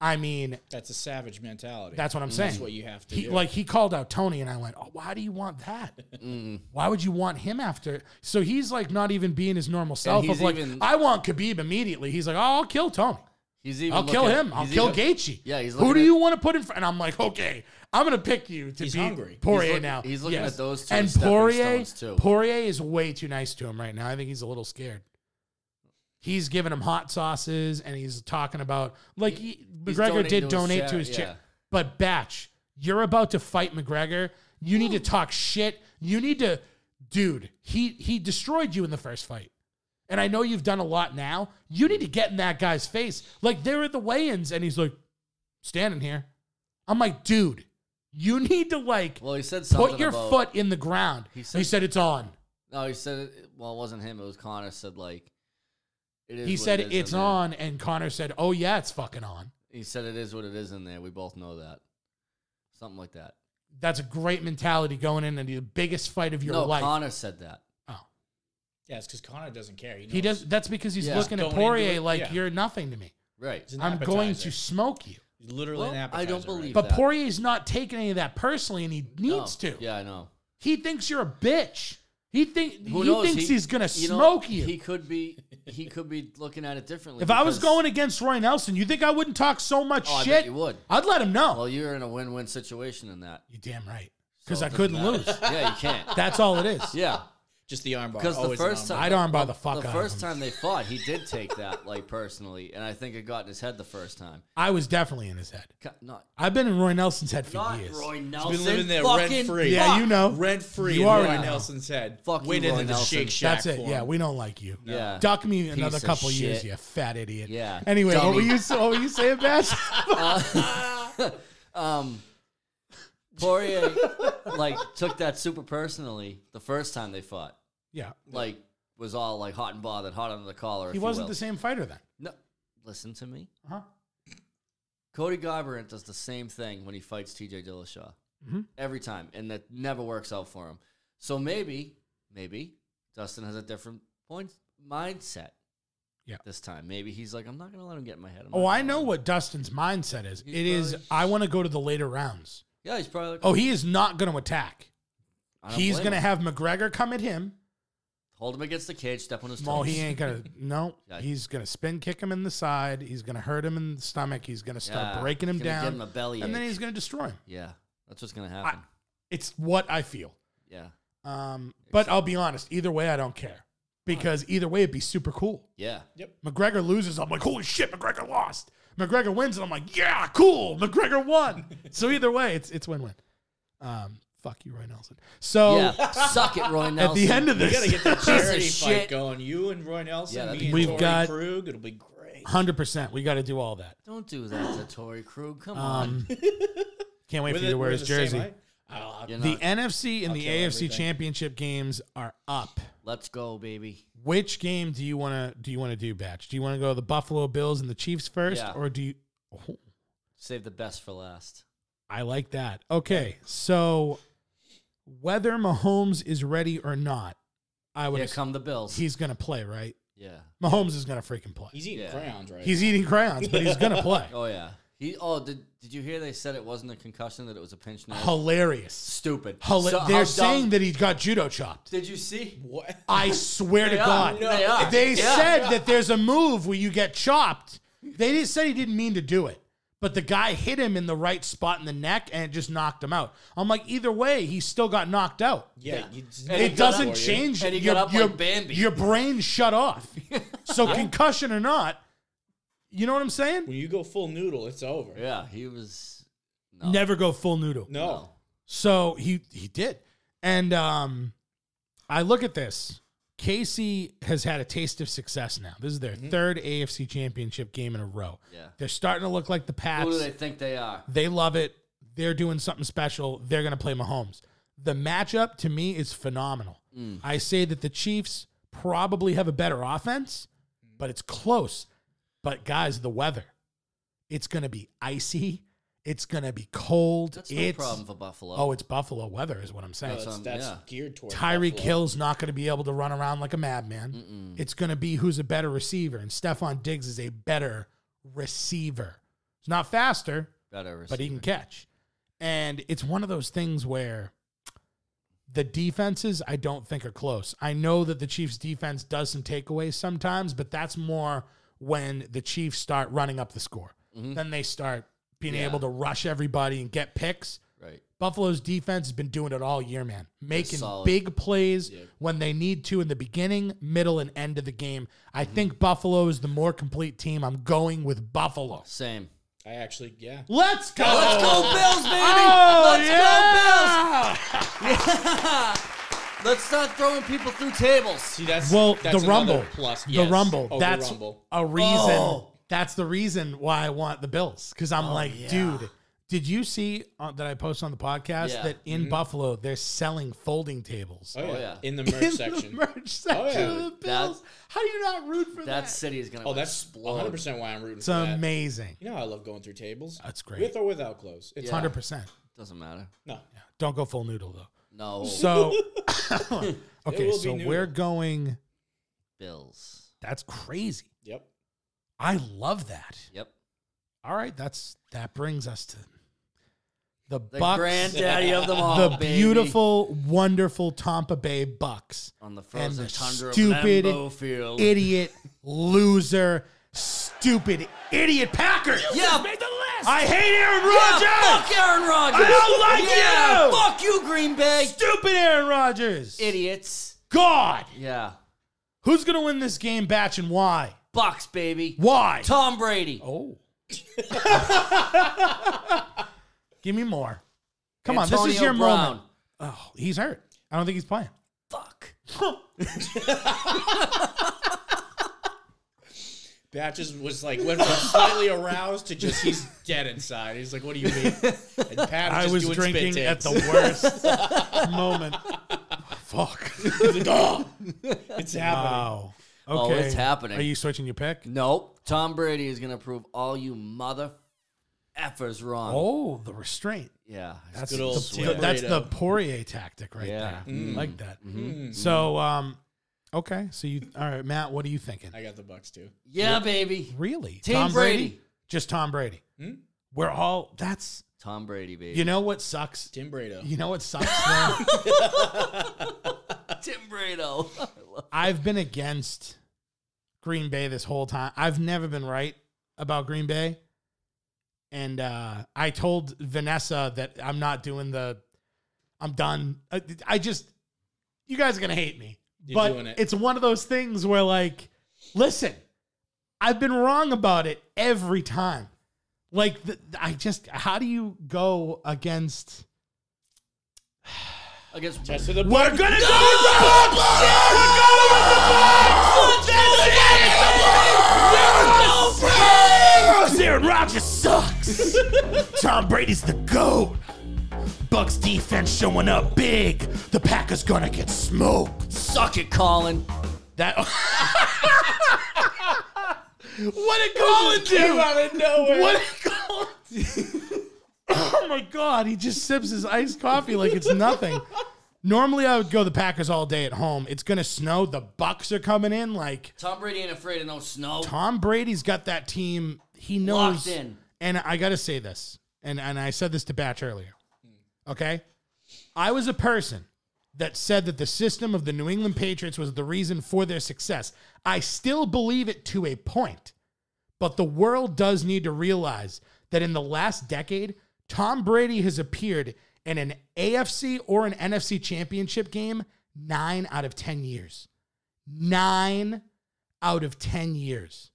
S5: I mean,
S6: That's a savage mentality.
S5: that's what I'm saying.
S6: what you have to
S5: He,
S6: do.
S5: like he called out Tony, and I went, "Oh, why do you want that?
S7: Mm.
S5: Why would you want him after?" So he's like not even being his normal self.
S7: he's
S5: Of like,
S7: even-
S5: I want Khabib immediately. He's like, "Oh, I'll kill Tony.
S7: he's even
S5: I'll kill
S7: looking-
S5: him. I'll
S7: he's
S5: kill
S7: even-
S5: Gaethje.
S7: Yeah, he's
S5: who
S7: looking
S5: do
S7: at-
S5: you want to put in front?" And I'm like, "Okay, I'm gonna pick you to
S6: He's
S5: be
S6: hungry. He's
S5: Poirier
S7: looking-
S5: now.
S7: he's looking at those two
S5: and
S7: as stepping
S5: Poirier.
S7: stones, too.
S5: Poirier is way too nice to him right now. I think he's a little scared. He's giving him hot sauces, and he's talking about like he,
S7: he's
S5: McGregor
S7: donating
S5: did
S7: to his
S5: donate to
S7: chari-
S5: his chair.
S7: yeah.
S5: But Batch, you're about to fight McGregor. You need to talk shit. You need to, dude. He he destroyed you in the first fight, and I know you've done a lot now. You need to get in that guy's face. Like they're at the weigh-ins, and he's like standing here. I'm like, dude, you need to like
S7: Well, he said something.
S5: put your
S7: about-
S5: foot in the ground. He said,
S7: said-
S5: it's on.
S7: No, he said. it- Well, it wasn't him. It was Connor. Said like. It is
S5: He
S7: what
S5: said
S7: it is
S5: it's
S7: in there."
S5: on, and Connor said, "Oh yeah, it's fucking on."
S7: He said it is what it is in there. We both know that. Something like that.
S5: That's a great mentality going in into the biggest fight of your
S7: no,
S5: life.
S7: Connor said that.
S5: oh.
S6: yeah, it's because Connor doesn't care. He, knows.
S5: He does. That's because he's
S7: Yeah.
S5: looking at
S6: Going into
S5: Poirier
S6: it,
S5: like
S6: yeah.
S5: you're nothing to me.
S7: Right.
S6: It's an
S5: I'm going
S6: appetizer.
S5: to smoke you.
S6: He's literally
S7: Well,
S6: an
S7: I
S6: appetizer.
S7: don't
S6: right?
S7: believe-
S5: But
S7: that.
S5: Poirier's not taking any of that personally, and he needs
S7: No.
S5: to.
S7: Yeah, I know.
S5: He thinks you're a bitch. He think
S7: Who
S5: he
S7: knows?
S5: thinks he's gonna
S7: know,
S5: smoke you.
S7: He could be. He could be looking at it differently.
S5: if I was
S7: because-
S5: going against Roy Nelson, you think I wouldn't talk so much
S7: Oh, I
S5: shit?
S7: bet you would.
S5: I'd let him know.
S7: Well, you're in a win-win situation in that.
S5: you damn right. Because
S7: So
S5: I
S7: it
S5: couldn't
S7: doesn't
S5: lose.
S7: Yeah, you can't.
S5: That's all it is.
S7: Yeah,
S6: Just the armbar.
S7: because the
S6: Always an
S7: first
S6: armbar.
S7: time
S5: I'd armbar the fuck
S7: the
S5: out of
S7: first
S5: him.
S7: time they fought, he did take that like personally, and I think it got in his head the first time.
S5: I was definitely in his head.
S7: Co- Not,
S5: I've been in Roy Nelson's head for
S7: not
S5: years.
S7: Roy Nelson.
S6: He's been living there
S7: fucking
S6: rent free.
S5: Yeah, you know.
S6: Rent free.
S5: You
S6: in
S5: already
S6: Roy
S5: know.
S6: Nelson said.
S7: Fuck you,
S6: Wait
S7: Roy
S6: into the
S7: Nelson.
S6: Shake Shack.
S5: That's it.
S6: for
S5: Yeah,
S6: him.
S5: we don't like you.
S7: Yeah.
S5: Duck me another
S7: of
S5: couple years,
S7: shit.
S5: you fat idiot.
S7: Yeah.
S5: Anyway, what were
S7: Dummy.
S5: you what were you saying, Bash?
S7: Um, Poirier like took that super personally the first time they fought.
S5: yeah.
S7: Like was all like hot and bothered, hot under the collar. if
S5: He
S7: you
S5: wasn't
S7: will.
S5: the same fighter then.
S7: No, listen to me.
S5: Uh-huh.
S7: Cody Garbrandt does the same thing when he fights T.J. Dillashaw
S5: Mm-hmm.
S7: every time, and that never works out for him. So maybe, maybe Dustin has a different point mindset.
S5: Yeah.
S7: this time maybe he's like, I'm not gonna let him get in my head. I'm
S5: Oh,
S7: not
S5: I
S7: gonna
S5: know
S7: let him."
S5: what Dustin's mindset is.
S7: He's
S5: it is
S7: probably-
S5: I want to go to the later rounds.
S7: Yeah, he's probably. Like,
S5: Oh, he is not going to attack.
S7: I don't
S5: He's
S7: blame
S5: going to
S7: him.
S5: have McGregor come at him.
S7: hold him against the cage, step on his toes.
S5: No, he ain't going to. No,
S7: Yeah.
S5: he's going to spin kick him in the side. He's going to hurt him in the stomach. He's going to start
S7: Yeah,
S5: breaking him
S7: he's gonna
S5: down.
S7: give him a belly
S5: and then
S7: ache.
S5: he's going to destroy him.
S7: Yeah, that's what's gonna
S5: I,
S7: happen.
S5: it's what I feel.
S7: yeah,
S5: Um, but I'll be honest. Either way, I don't care because either way, it'd be super cool.
S7: yeah.
S5: McGregor loses, I'm like, holy shit, McGregor lost. McGregor wins, and I'm like, yeah, cool, McGregor won. so either way, it's it's win win. Um, fuck you, Roy Nelson. So
S7: yeah, suck it, Roy Nelson.
S5: Oh. at the end of
S6: We gotta
S5: this,
S6: get that charity
S7: Piece of
S6: fight
S7: shit.
S6: going. You and Roy
S7: Yeah,
S6: Nelson,
S7: that'd
S6: me
S7: be
S6: and
S5: We've
S6: Tory
S5: got-
S6: Krug. It'll be great.
S5: hundred percent, we got to do all that.
S7: don't do that to Tory Krug. Come on,
S5: Um, can't wait
S6: We're
S5: for you
S6: the-
S5: to wear
S6: we're
S5: his
S6: the same
S5: jersey.
S6: height? I'll- I'll-
S7: You're
S5: The
S7: not-
S5: NFC and the AFC
S6: everything.
S5: championship games are up.
S7: Let's go, baby.
S5: Which game do you want to do? You want to do batch? Do you want to go the Buffalo Bills and the Chiefs first,
S7: Yeah.
S5: or do you? Oh,
S7: Save the best for last.
S5: I like that. Okay, so whether Mahomes is ready or not, I would.
S7: Here
S5: ass-
S7: come the Bills.
S5: he's gonna play, right?
S7: yeah.
S5: Mahomes is gonna freaking play.
S6: He's eating
S7: Yeah.
S6: crayons, right?
S5: He's eating crayons, but he's gonna play.
S7: Oh yeah. He. Oh, did did you hear they said it wasn't a concussion that it was a pinch nerve?
S5: Hilarious.
S7: Stupid.
S5: Hila-
S7: So how
S5: They're
S7: dumb-
S5: saying that he got judo chopped.
S7: Did you see?
S6: what?
S5: I swear to
S7: They are.
S5: God,
S7: They are.
S5: They
S7: Yeah.
S5: said that there's a move where you get chopped. They didn't say he didn't mean to do it, but the guy hit him in the right spot in the neck and it just knocked him out. I'm like, either way, he still got knocked out.
S6: Yeah,
S7: Yeah.
S6: you just-
S7: And he
S5: It
S7: got
S5: doesn't
S7: up-
S5: change.
S7: and he
S5: your,
S7: got up
S5: your,
S7: like Bambi.
S5: Your brain shut off. So concussion or not, you know what I'm saying?
S6: When you go full noodle, it's over.
S7: Yeah, he was.
S5: Never go full noodle.
S6: No.
S5: So he he did, and um, I look at this. Casey has had a taste of success now. This is their third AFC Championship game in a row.
S7: Mm-hmm. Yeah.
S5: They're starting to look like the Pats.
S7: Who do they
S5: they-,
S7: think they are?
S5: love it. They're doing something special. They're going to play Mahomes. The matchup to me is phenomenal.
S7: Mm.
S5: I say that the Chiefs probably have a better offense, but it's close. But guys, the weather, it's going to be icy. It's going to be cold.
S7: That's no
S5: it's
S7: problem for Buffalo.
S5: Oh, it's Buffalo weather, is what I'm saying.
S6: That's,
S7: um,
S6: that's
S7: yeah.
S6: geared towards
S5: Tyreek
S6: Buffalo.
S5: Hill's not going to be able to run around like a madman. It's going to be who's a better receiver, and Stephon Diggs is a better receiver. He's not faster,
S7: better. Receiver.
S5: but he can catch. And it's one of those things where the defenses I don't think are close. I know that the Chiefs defense does some takeaways sometimes, but that's more when the Chiefs start running up the score. Then they start being
S7: Yeah.
S5: able to rush everybody and get picks.
S7: Right.
S5: Buffalo's defense has been doing it all year, man. Making
S7: solid.
S5: big plays when they need to in the beginning, middle, and end of the game. I think Buffalo is the more complete team. I'm going with Buffalo.
S7: Same.
S6: I actually, yeah.
S5: Let's go.
S7: Let's go Bills, baby!
S5: Oh,
S7: Let's
S5: yeah! oh,
S7: go Bills! Let's start throwing people through tables.
S6: See, that's
S5: Well,
S6: that's
S5: the
S6: another
S5: Rumble.
S6: plus.
S5: the
S6: Yes.
S5: Rumble.
S6: Oh, the
S5: that's
S6: Rumble.
S5: a reason.
S7: Oh.
S5: That's the reason why I want the Bills. Because I'm like, dude, did you see uh, that I post on the podcast
S7: Yeah.
S5: that in Buffalo they're selling folding tables?
S6: Mm-hmm. Oh, yeah.
S7: yeah.
S6: In the
S5: in
S6: merch
S5: the
S6: section. Oh,
S5: merch section of the
S7: Dude,
S5: Bills.
S7: that's-
S5: How do you not root for
S7: That
S5: that?
S7: city is gonna.
S6: oh, that's
S7: explode.
S6: 100% why I'm rooting
S5: It's
S6: for that.
S5: amazing.
S6: You know how I love going through tables.
S5: That's great.
S6: With or without clothes. It's
S7: Yeah.
S5: Hundred percent.
S7: Doesn't matter.
S6: No.
S5: Don't go full noodle though.
S7: No
S5: So okay,
S6: Oh. will be
S5: so
S6: noodle.
S5: we're going.
S7: Bills.
S5: That's crazy.
S6: Yep.
S5: I love that.
S7: Yep.
S5: All right, that's that brings us to the,
S7: The
S5: Bucks,
S7: granddaddy of them all.
S5: the
S7: baby.
S5: beautiful, wonderful Tampa Bay Bucks.
S7: on the
S5: and
S7: frozen
S5: the
S7: tundra
S5: stupid
S7: of Lambeau Field.
S5: Idiot, loser, stupid, idiot Packers.
S7: Yeah.
S5: I hate Aaron Rodgers.
S7: Yeah, fuck Aaron Rodgers.
S5: I don't like
S7: yeah,
S5: you.
S7: Fuck you, Green Bay.
S5: Stupid Aaron Rodgers.
S7: Idiots.
S5: God,
S7: Yeah.
S5: who's gonna win this game, Batch, and why?
S7: Bucks, baby.
S5: Why?
S7: Tom Brady.
S5: Oh. Give me more. Come on, this is
S7: Antonio
S5: your
S7: Brown.
S5: moment. Oh, he's hurt. I don't think he's playing.
S7: Fuck.
S6: Batches was like went from slightly aroused to just he's dead inside. He's like, "What do you mean?" And Pat
S5: I
S6: just
S5: was
S6: doing
S5: drinking
S6: spit
S5: at
S6: takes.
S5: the worst moment. Fuck.
S6: It's happening.
S5: Wow. Okay.
S7: Oh, it's happening.
S5: Are you switching your pick?
S7: Nope. Tom Brady is going to prove all you mother effers wrong.
S5: Oh, the restraint.
S7: Yeah.
S5: That's
S6: good old
S5: the,
S6: Tim
S5: that's
S6: Burrito.
S5: the Poirier tactic right
S7: Yeah.
S5: there.
S6: Mm.
S5: I like that.
S6: Mm-hmm.
S5: So, um, okay. So you, all right, Matt, what are you thinking?
S6: I got the Bucks too.
S7: Yeah, baby.
S5: Really?
S7: Team Brady.
S5: Just Tom Brady. We're all, that's,
S7: Tom Brady, baby.
S5: you know what sucks?
S6: Tim Brado.
S5: You know what sucks? though?
S7: Tim Brady.
S5: I've been against Green Bay this whole time. I've never been right about Green Bay. And uh, I told Vanessa that I'm not doing the, I'm done. I, I just, you guys are going to hate me.
S6: You're
S5: but
S6: doing it.
S5: it's one of those things where, like, listen, I've been wrong about it every time. Like, the, I just, how do you go against.
S7: Against
S6: Test of the
S5: We're gonna go with the Bucks. We're going with the Bucks. Aaron Rodgers sucks. Tom Brady's the goat.
S10: Bucks defense showing up big. The pack is gonna get smoked.
S7: Suck it, Colin.
S10: That. what did Colin do?
S6: out of nowhere.
S10: What did Colin do?
S5: Oh my god, he just sips his iced coffee like it's nothing. Normally I would go the Packers all day at home. It's gonna snow. The Bucks are coming in. Like
S7: Tom Brady ain't afraid of no snow.
S5: Tom Brady's got that team. He knows.
S7: Locked in.
S5: And I gotta say this, and and I said this to Batch earlier. Okay, I was a person that said that the system of the New England Patriots was the reason for their success. I still believe it to a point. But the world does need to realize that in the last decade, Tom Brady has appeared in an AFC or an NFC championship game nine out of 10 years. Nine out of 10 years.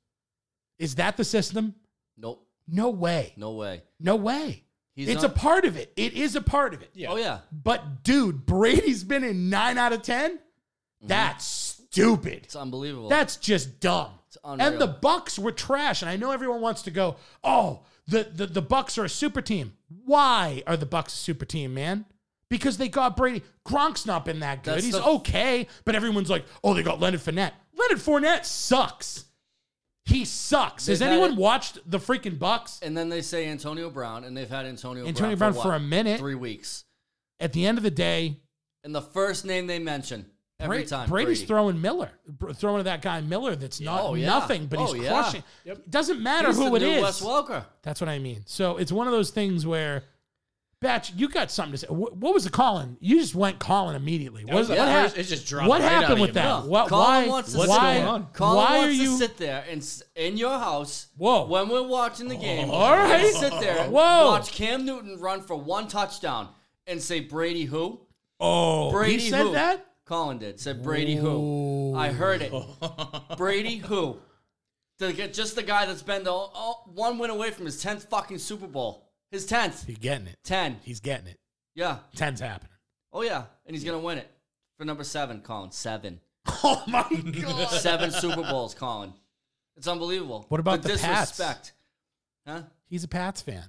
S5: Is that the system?
S7: Nope.
S5: No way.
S7: No way.
S5: No way.
S7: He's
S5: it's
S7: not-
S5: a part of it. It is a part of it.
S6: Yeah.
S7: Oh yeah.
S5: But dude, Brady's been in nine out of 10? That's stupid.
S7: Mm-hmm. It's unbelievable.
S5: That's just dumb.
S7: unreal.
S5: And the Bucks were trash. And I know everyone wants to go, oh, the, the, the Bucks are a super team. Why are the Bucks a super team, man? Because they got Brady. Gronk's not been that good.
S7: That's
S5: He's
S7: the-
S5: okay, but everyone's like, oh, they got Leonard Fournette. Leonard Fournette sucks. He sucks. Has
S7: They've had
S5: anyone
S7: it-
S5: watched the freaking Bucks?
S7: and then they say Antonio Brown, and they've had Antonio,
S5: Antonio
S7: Brown,
S5: Brown for
S7: what?
S5: a minute.
S7: three weeks.
S5: At the end of the day,
S7: And the first name they mention every
S5: Bra-
S7: time
S5: Brady's
S7: Brady.
S5: throwing Miller, Br- throwing to that guy Miller. That's not
S7: Oh, yeah.
S5: nothing, but
S7: Oh,
S5: he's
S7: yeah.
S5: crushing.
S6: Yep.
S5: It doesn't matter
S7: He's
S5: who
S7: the
S5: it
S7: new
S5: is.
S7: Wes Welker.
S5: That's what I mean. So it's one of those things where, Batch, you got something to say. What, what was the calling? You just went calling immediately. What,
S6: was the
S5: what hap-
S6: first- it just dropped
S5: What
S6: right out
S5: happened
S6: of
S5: with
S6: you,
S5: that?
S7: No,
S5: What,
S7: Colin
S5: why?
S7: wants to
S5: why,
S7: sit there.
S5: why
S7: Colin
S5: are
S7: wants
S5: you?
S7: to sit there and s- in your house.
S5: Whoa.
S7: When we're watching the game,
S5: all
S7: and
S5: right.
S7: sit there.
S5: Whoa.
S7: Watch Cam Newton run for one touchdown and say Brady who?
S5: oh,
S7: Brady
S5: he said
S7: who?
S5: that.
S7: Colin did. Said Brady who? I heard it. Brady who? To get just the guy that's been the oh, one win away from his tenth fucking Super Bowl. His tenth.
S5: He's getting it.
S7: Ten.
S5: He's getting it.
S7: Yeah.
S5: Ten's happening.
S7: Oh yeah. And he's gonna win it. For number seven, Colin. Seven.
S5: Oh my god!
S7: Seven Super Bowls, Colin. It's unbelievable.
S5: What about the Pats?
S7: disrespect? Huh?
S5: He's a Pats fan.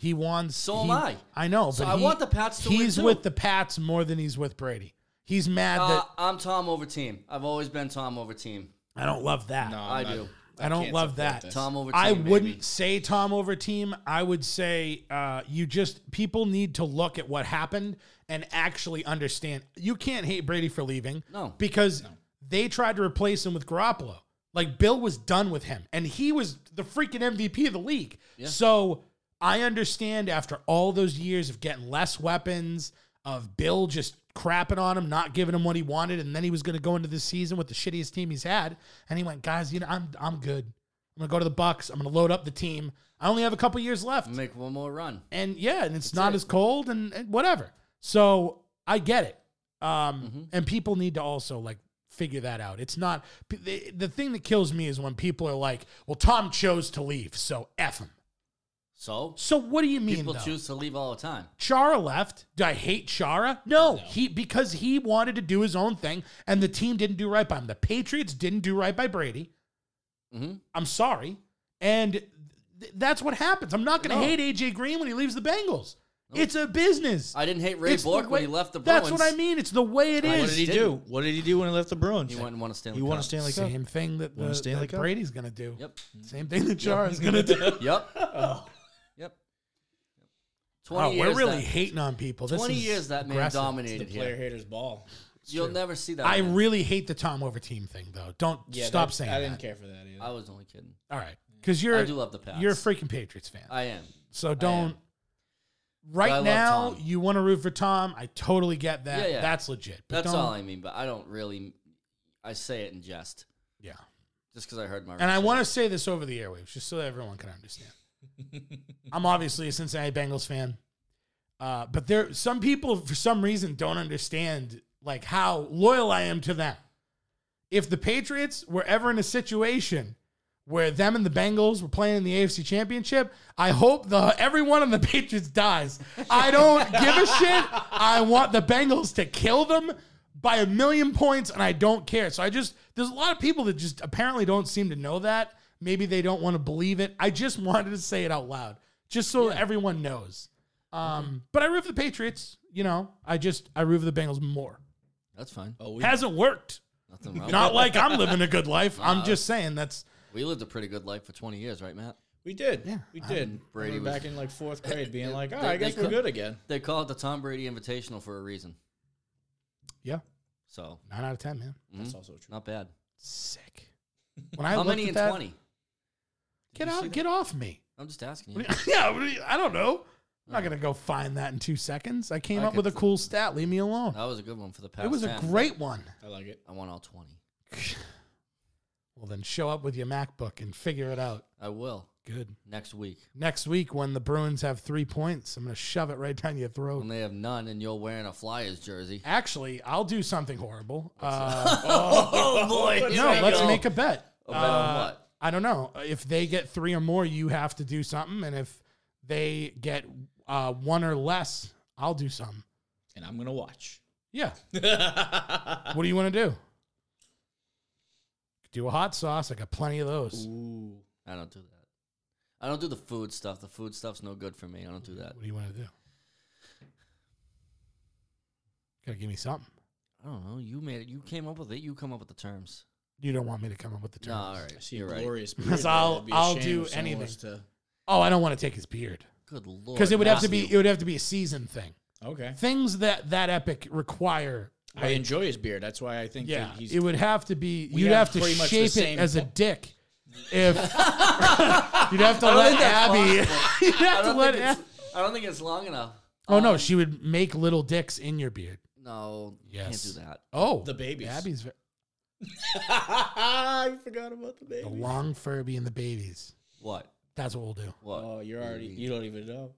S5: He won.
S7: So
S5: he-
S7: am I.
S5: I know, but
S7: So I
S5: he-
S7: want the Pats to win,
S5: He's
S7: too.
S5: with the Pats more than he's with Brady. He's mad
S7: Uh,
S5: that
S7: I'm Tom over team. I've always been Tom over team.
S5: I don't love that.
S6: No,
S7: I
S6: I'm not-
S7: do.
S5: I don't
S6: can't
S5: love
S6: support
S5: that.
S6: this.
S7: Tom over team.
S5: I wouldn't
S7: baby.
S5: say Tom over team. I would say uh, you just people need to look at what happened and actually understand. You can't hate Brady for leaving.
S7: No.
S5: because they tried to replace him with Garoppolo. Like Bill was done with him, and he was the freaking MVP of the league. So I understand after all those years of getting less weapons, of Bill just crapping on him, not giving him what he wanted, and then he was going to go into this season with the shittiest team he's had, and he went, guys, you know, I'm I'm good. I'm gonna go to the Bucks. I'm gonna load up the team. I only have a couple years left,
S7: Make one more run.
S5: and yeah, and it's not
S7: it.
S5: as cold and, and whatever. So I get it, um,
S7: Mm-hmm.
S5: and people need to also like figure that out. It's not p- the, the thing that kills me is when people are like, "Well, Tom chose to leave, so f him."
S7: So
S5: So what do you mean?
S7: people
S5: though?
S7: choose to leave all the time.
S5: Chara left. Do I hate Chara? No, he because he wanted to do his own thing, and the team didn't do right by him. The Patriots didn't do right by Brady.
S7: Mhm.
S5: I'm sorry, and th- that's what happens. I'm not going
S7: No.
S5: to hate AJ Green when he leaves the Bengals. It's a business.
S7: I didn't hate Ray
S5: It's the
S7: Bork
S5: way-
S7: when he left the Bruins.
S5: That's what I mean. It's the way it
S6: What
S5: is.
S6: did he do? What did he do when he left the Bruins?
S7: He went and won a Stanley
S6: He won a
S7: Cup.
S6: Stanley Cup.
S5: Same thing that,
S6: Won a
S5: the,
S6: Stanley
S5: that
S6: Cup?
S5: Brady's going to do.
S7: Yep.
S5: Same thing that Chara's going to do.
S7: Yep. Yep.
S5: Wow,
S7: Twenty
S5: Oh. we're
S7: years.
S5: really
S7: that,
S5: hating on people. This
S7: Twenty
S5: is
S7: years that man
S5: aggressive.
S6: It's the
S7: dominated
S6: player
S7: here.
S6: haters ball.
S7: You'll never see that.
S5: I
S7: again.
S5: really hate the Tom over team thing, though. Don't
S6: Yeah,
S5: stop
S6: that-
S5: saying
S6: I
S5: that.
S6: didn't care for that either.
S7: I was only kidding.
S5: All right, because you're
S7: I do love the Pats.
S5: you're a freaking Patriots fan,
S7: I am.
S5: so don't.
S7: am. But I
S5: Right
S7: love
S5: now,
S7: Tom.
S5: you want to root for Tom. I totally get that.
S7: Yeah, yeah.
S5: That's legit. But
S7: That's
S5: don't,
S7: all I mean. But I don't really. I say it in jest,
S5: Yeah,
S7: just because I heard my.
S5: and I want to say this over the airwaves, just so that everyone can understand. I'm obviously a Cincinnati Bengals fan, uh, but there some people for some reason don't understand like how loyal I am to them. If the Patriots were ever in a situation where them and the Bengals were playing in the AFC Championship. I hope the everyone on the Patriots dies. I don't give a shit. I want the Bengals to kill them by a million points, and I don't care. So I just there's a lot of people that just apparently don't seem to know that. Maybe they don't want to believe it. I just wanted to say it out loud, just so everyone knows. Um, but I root for the Patriots. You know, I just I root for the Bengals more.
S7: That's fine.
S6: Oh, we,
S5: Hasn't worked.
S7: Nothing wrong.
S5: Not like I'm living a good life. I'm
S7: Nah.
S5: just saying that's
S7: we lived a pretty good life for 20 years, right, Matt?
S6: we did.
S5: Yeah,
S6: we
S5: I-
S6: did.
S7: Brady
S6: we were
S7: was-
S6: back in like fourth grade, being
S7: Yeah,
S6: like, "Oh,
S7: they-
S6: I guess
S7: they
S6: we're
S7: cut-
S6: good again."
S7: They call it the Tom Brady Invitational for a reason.
S5: yeah,
S7: So
S5: nine out of ten, man.
S6: That's also true.
S7: not bad.
S5: Sick. When I
S7: How
S5: looked
S7: many
S5: at
S7: in
S5: that-
S7: 20?
S5: Get out! Get off me!
S7: I'm just asking you.
S5: What do you- yeah, what do you- I don't know. I'm not gonna go find that in two seconds. I came
S7: I
S5: up with a
S7: could- Oh,
S5: cool stat. Leave me alone.
S7: That was a good one for the past.
S5: It was a
S7: 10.
S5: great one.
S6: I like it.
S7: I want all 20.
S5: Well, then show up with your MacBook and figure it out.
S7: I will
S5: Good.
S7: next week
S5: Next week, when the Bruins have three points, I'm gonna shove it right down your throat.
S7: when they have none and you're wearing a Flyers jersey.
S5: Actually, I'll do something horrible. Uh,
S7: Oh boy!
S5: no, let's make a bet. Uh,
S7: A Oh, bet on what?
S5: I don't know. If they get three or more, you have to do something, and if they get uh, one or less, I'll do something.
S6: And I'm gonna watch.
S5: Yeah. what do you want to do? Do a hot sauce. I got plenty of those.
S6: Ooh,
S7: I don't do that. I don't do the food stuff. The food stuff's no good for me. I don't do that.
S5: What do you want to do? Gotta give me something.
S7: I don't know. You made it. You came up with it. You come up with the terms.
S5: You don't want me to come up with the terms.
S7: No, all right.
S6: I see
S7: You're
S6: a
S7: right.
S6: glorious. beard
S5: Because
S6: there.
S5: I'll-
S6: It'd be a
S5: I'll
S6: shame
S5: do
S6: if someone
S5: anything.
S6: was to-
S5: Oh, I don't want to take his beard
S7: Good lord.
S5: because it would have to
S7: Matthew.
S5: be it would have to be a season thing.
S6: Okay.
S5: Things that that epic require.
S6: I enjoy his beard. That's why I think
S5: Yeah,
S6: that he's
S5: it would have to be.
S6: We
S5: You'd
S6: have
S5: have to
S6: pretty much the
S5: shape it
S6: same-
S5: as a dick. If you'd have to let
S7: think that's
S5: Abby, you'd
S7: I
S5: have to
S7: don't,
S5: let.
S7: think
S5: Ab-
S7: it's, I don't think it's long enough.
S5: oh no, she would make little dicks in your beard.
S7: No,
S5: Yes.
S7: can't do that.
S5: Oh,
S6: The babies.
S5: Abby's ve-
S6: I forgot about the
S5: the
S6: baby.
S5: long Furby and the babies.
S7: What?
S5: That's what we'll do.
S7: What?
S6: Oh, you're already. You don't even know.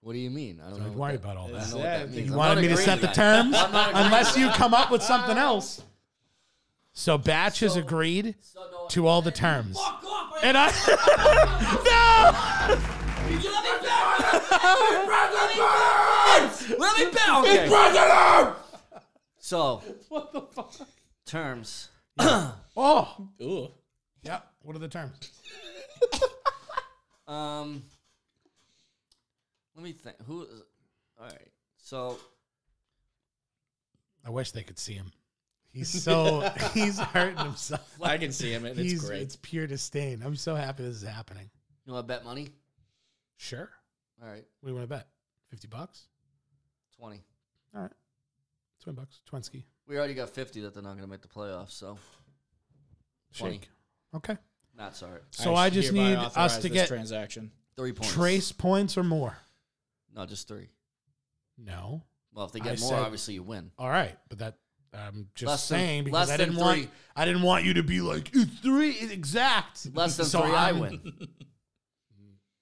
S7: what do you mean? I don't know.
S5: Don't
S7: what
S5: worry
S7: that-
S5: about all
S7: I don't
S5: that.
S7: know what
S6: Yeah, I
S7: that
S6: think-
S7: means.
S5: You
S7: I'm
S5: wanted
S7: not
S5: me to
S7: agreeing
S5: set the
S7: that.
S5: terms
S7: I'm not agreeing
S5: unless
S7: to
S5: you
S7: that.
S5: come up with something else. So Batch has
S7: So-
S5: agreed
S7: So no-
S5: to all the terms.
S7: Fuck off, right?
S5: And I No
S7: You let me bounce. Let me bounce. Okay. So what the fuck? Terms.
S5: Oh
S6: Ooh.
S5: Yeah. What are the terms?
S7: Um. Let me think. Who? Is, all right. So
S5: I wish they could see him. He's so he's hurting himself.
S6: I can see him, and
S5: he's
S6: it's great.
S5: it's pure disdain. I'm so happy this is happening.
S7: you want to bet money?
S5: Sure.
S7: All right.
S5: What do you want to bet? Fifty bucks?
S7: Twenty.
S5: All right. Twenty bucks. Twenty.
S7: We already got fifty that they're not going to make the playoffs. So Twenty.
S5: Shake. Okay.
S7: not sorry.
S5: So I just
S6: hereby
S5: need
S6: authorize
S5: us to
S6: this
S5: get
S6: transaction.
S7: Three points.
S5: trace points or more.
S7: No, just three.
S5: No.
S7: Well, if they
S5: I
S7: get more,
S5: said-
S7: obviously you win.
S5: All right, but that I'm just
S7: Less than-
S5: saying
S7: less
S5: because I
S7: than
S5: didn't want
S7: three.
S5: I didn't want you to be like it's three it's exact.
S7: Less than
S5: So
S7: three, i
S5: I'm-
S7: win.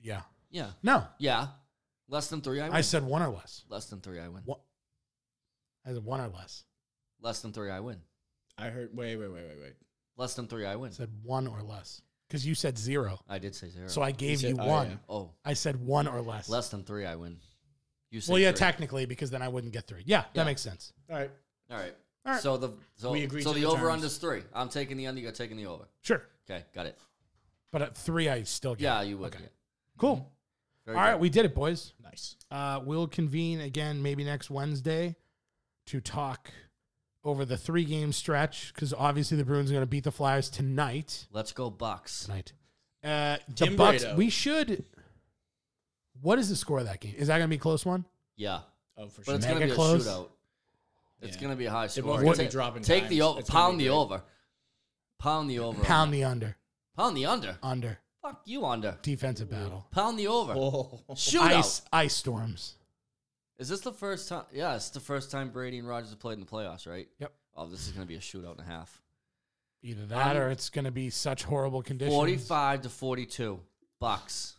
S5: Yeah.
S7: Yeah.
S5: No,
S7: Yeah. Less than three, I win.
S5: I said one or less.
S7: Less than three, I win.
S5: One, I said one or less.
S7: Less than three, I win.
S6: I heard. Wait, wait, wait, wait, wait.
S7: Less than three, I
S5: I
S7: win.
S5: said one or less because you said zero,
S7: I did say zero.
S5: so I gave
S6: said-
S5: you
S6: oh,
S5: one.
S6: yeah.
S7: oh,
S5: I said one or less.
S7: less than three, I win. You said
S5: well, yeah,
S7: three.
S5: technically, because then I wouldn't get three. Yeah,
S7: Yeah.
S5: that makes sense.
S6: All right.
S7: All right.
S5: All right.
S7: So the so,
S6: We agreed
S7: so
S6: to
S7: the,
S6: the
S7: over
S6: terms.
S7: under is three. I'm taking the under. You're taking the over.
S5: Sure,
S7: Okay, got it.
S5: but at three, I still get.
S7: Yeah,
S5: it.
S7: you would.
S5: Okay.
S7: yeah.
S5: Cool.
S7: Very
S5: All right,
S7: good.
S5: we did it, boys.
S6: Nice.
S5: Uh, we'll convene again maybe next Wednesday to talk over the three game stretch because obviously the Bruins are going to beat the Flyers tonight.
S7: Let's go Bucks.
S5: Tonight. Uh, the
S6: Tim
S5: Bucks.
S6: Brado.
S5: We should. What is the score of that game? Is that going to be a close one?
S7: Yeah,
S6: Oh, for
S7: but
S6: sure.
S7: it's gonna
S5: Mega
S7: be a
S5: close.
S7: shootout. It's
S6: Yeah.
S7: gonna be a high
S6: They're
S7: score.
S6: both gonna be
S7: take,
S6: dropping
S7: take the
S6: dimes.
S7: over.
S6: It's gonna be
S7: Pound the
S6: great.
S7: over. Pound the over.
S5: Pound the under.
S7: Pound the under.
S5: Under.
S7: Fuck you under.
S5: Defensive battle.
S7: Pound the over.
S6: Oh.
S7: Shootout.
S5: Ice ice storms.
S7: Is this the first time? Yeah, it's the first time Brady and Rogers have played in the playoffs, right?
S5: Yep.
S7: Oh, this is going to be a shootout and a half.
S5: Either that or it's going to be such horrible conditions.
S7: 45 to 42. Bucks.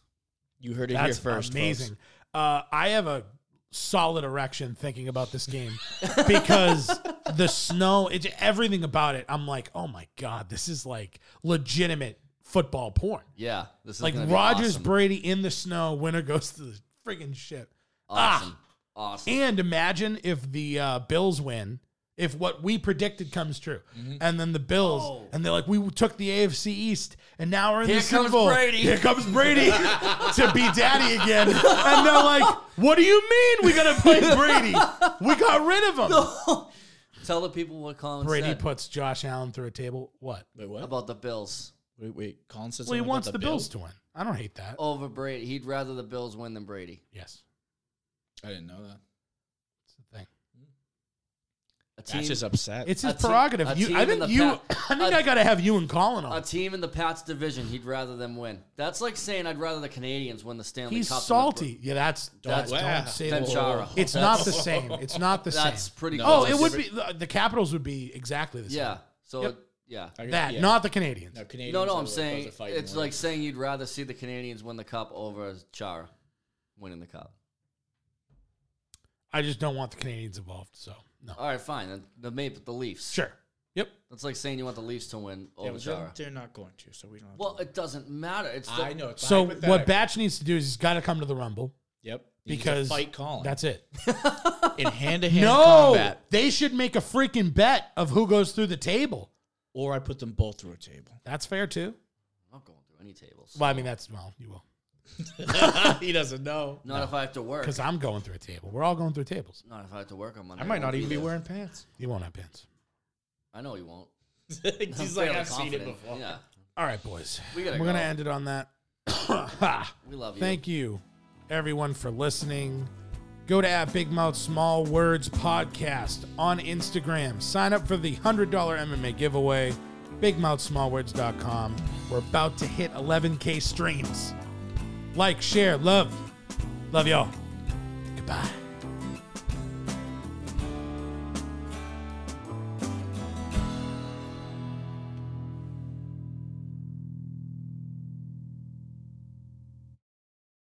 S6: You heard it
S5: That's
S6: here first.
S5: amazing. Uh, I have a solid erection thinking about this game because the snow, it, everything about it. I'm like, oh my god, this is like legitimate football porn.
S7: Yeah. This is
S5: like
S7: gonna be
S5: Rogers,
S7: awesome.
S5: Brady in the snow. Winner goes to the friggin' ship.
S7: Awesome. Awesome.
S5: And imagine if the uh, Bills win if what we predicted comes true.
S7: Mm-hmm.
S5: And then the Bills, and they're like, we took the AFC East, and now we're in
S7: Oh. Here
S5: the Super
S7: comes
S5: Bowl.
S7: Brady.
S5: Here comes Brady to be daddy again. And they're like, what do you mean we got to play Brady? We got rid of him.
S7: Tell the people what Colin
S5: Brady
S7: said
S5: puts Josh Allen through a table. What?
S6: Wait, what?
S7: about the Bills
S6: Wait, wait. Colin says
S5: Well, he
S6: something about
S5: wants the, Bills
S6: Bills?
S5: to win. I don't hate that.
S7: over Brady. He'd rather the Bills win than Brady.
S5: Yes.
S6: I didn't know that.
S5: It's the thing.
S7: A team,
S6: That's just upset.
S5: It's his
S7: A team-
S5: prerogative.
S7: a
S5: you,
S7: team
S5: I
S7: in
S5: think
S7: the
S5: you.
S7: pa-
S5: I think
S7: a-
S5: I got to have you and Colin on.
S7: a team in the Pats division, he'd rather them win. That's like saying I'd rather the Canadians win the Stanley
S5: He's
S7: Cup. than the
S5: salty. Yeah, that's that's
S6: wow.
S5: don't say
S7: Bro-
S5: that.
S7: Benchara.
S5: It's
S7: That's-
S5: not the same. It's not the
S7: That's
S5: same.
S7: pretty.
S5: Oh,
S7: close.
S5: it would be the, the Capitals would be exactly the same.
S7: Yeah. So
S5: Yep.
S7: it- yeah.
S6: I-
S5: that,
S6: yeah.
S5: not the Canadians.
S6: No, Canadians
S7: No,
S6: are
S7: no,
S6: the
S7: I'm
S6: ones
S7: saying
S6: that fight
S7: it's
S6: more.
S7: like saying you'd rather see the Canadians win the cup over Chara winning the cup.
S5: I just don't want the Canadians involved. So no,
S7: All right, fine. then The Maple, the Leafs.
S5: sure. Yep.
S7: That's like saying you want the Leafs to win
S6: Yeah,
S7: over
S6: but
S7: Chara.
S6: they're, they're not going to, so we don't. Have
S7: Well,
S6: to.
S7: it doesn't matter. It's the,
S6: I know. It's
S5: So what
S6: hypothetical.
S5: Batch needs to do is he's got to come to the Rumble
S6: Yep. You need to
S5: because
S6: fight Colin.
S5: That's it.
S6: in hand to hand
S5: No,
S6: combat,
S5: they should make a freaking bet of who goes through the table.
S6: or I put them both through a table.
S5: That's fair too.
S7: I'm not going through any tables.
S5: Well, I mean that's well, you will
S6: he doesn't know.
S7: Not if I have to work.
S5: because I'm going through a table. We're all going through tables.
S7: Not if I have to work on Monday.
S6: I might not
S7: won't
S6: even be
S7: there.
S6: wearing pants.
S5: You won't have pants.
S7: I know you won't.
S6: He's
S7: I'm
S6: like,
S7: fairly
S6: I've seen it
S7: confident.
S6: before.
S7: Yeah,
S5: All right, boys.
S7: We gotta
S5: We're gonna
S7: go.
S5: end it on that. Ha.
S7: we love you.
S5: Thank you, everyone, for listening. Go to at Big Mouth Small Words Podcast on Instagram. Sign up for the $100 MMA giveaway, bigmouthsmallwords.com. We're about to hit 11K streams. Like, share, love. Love y'all. Goodbye.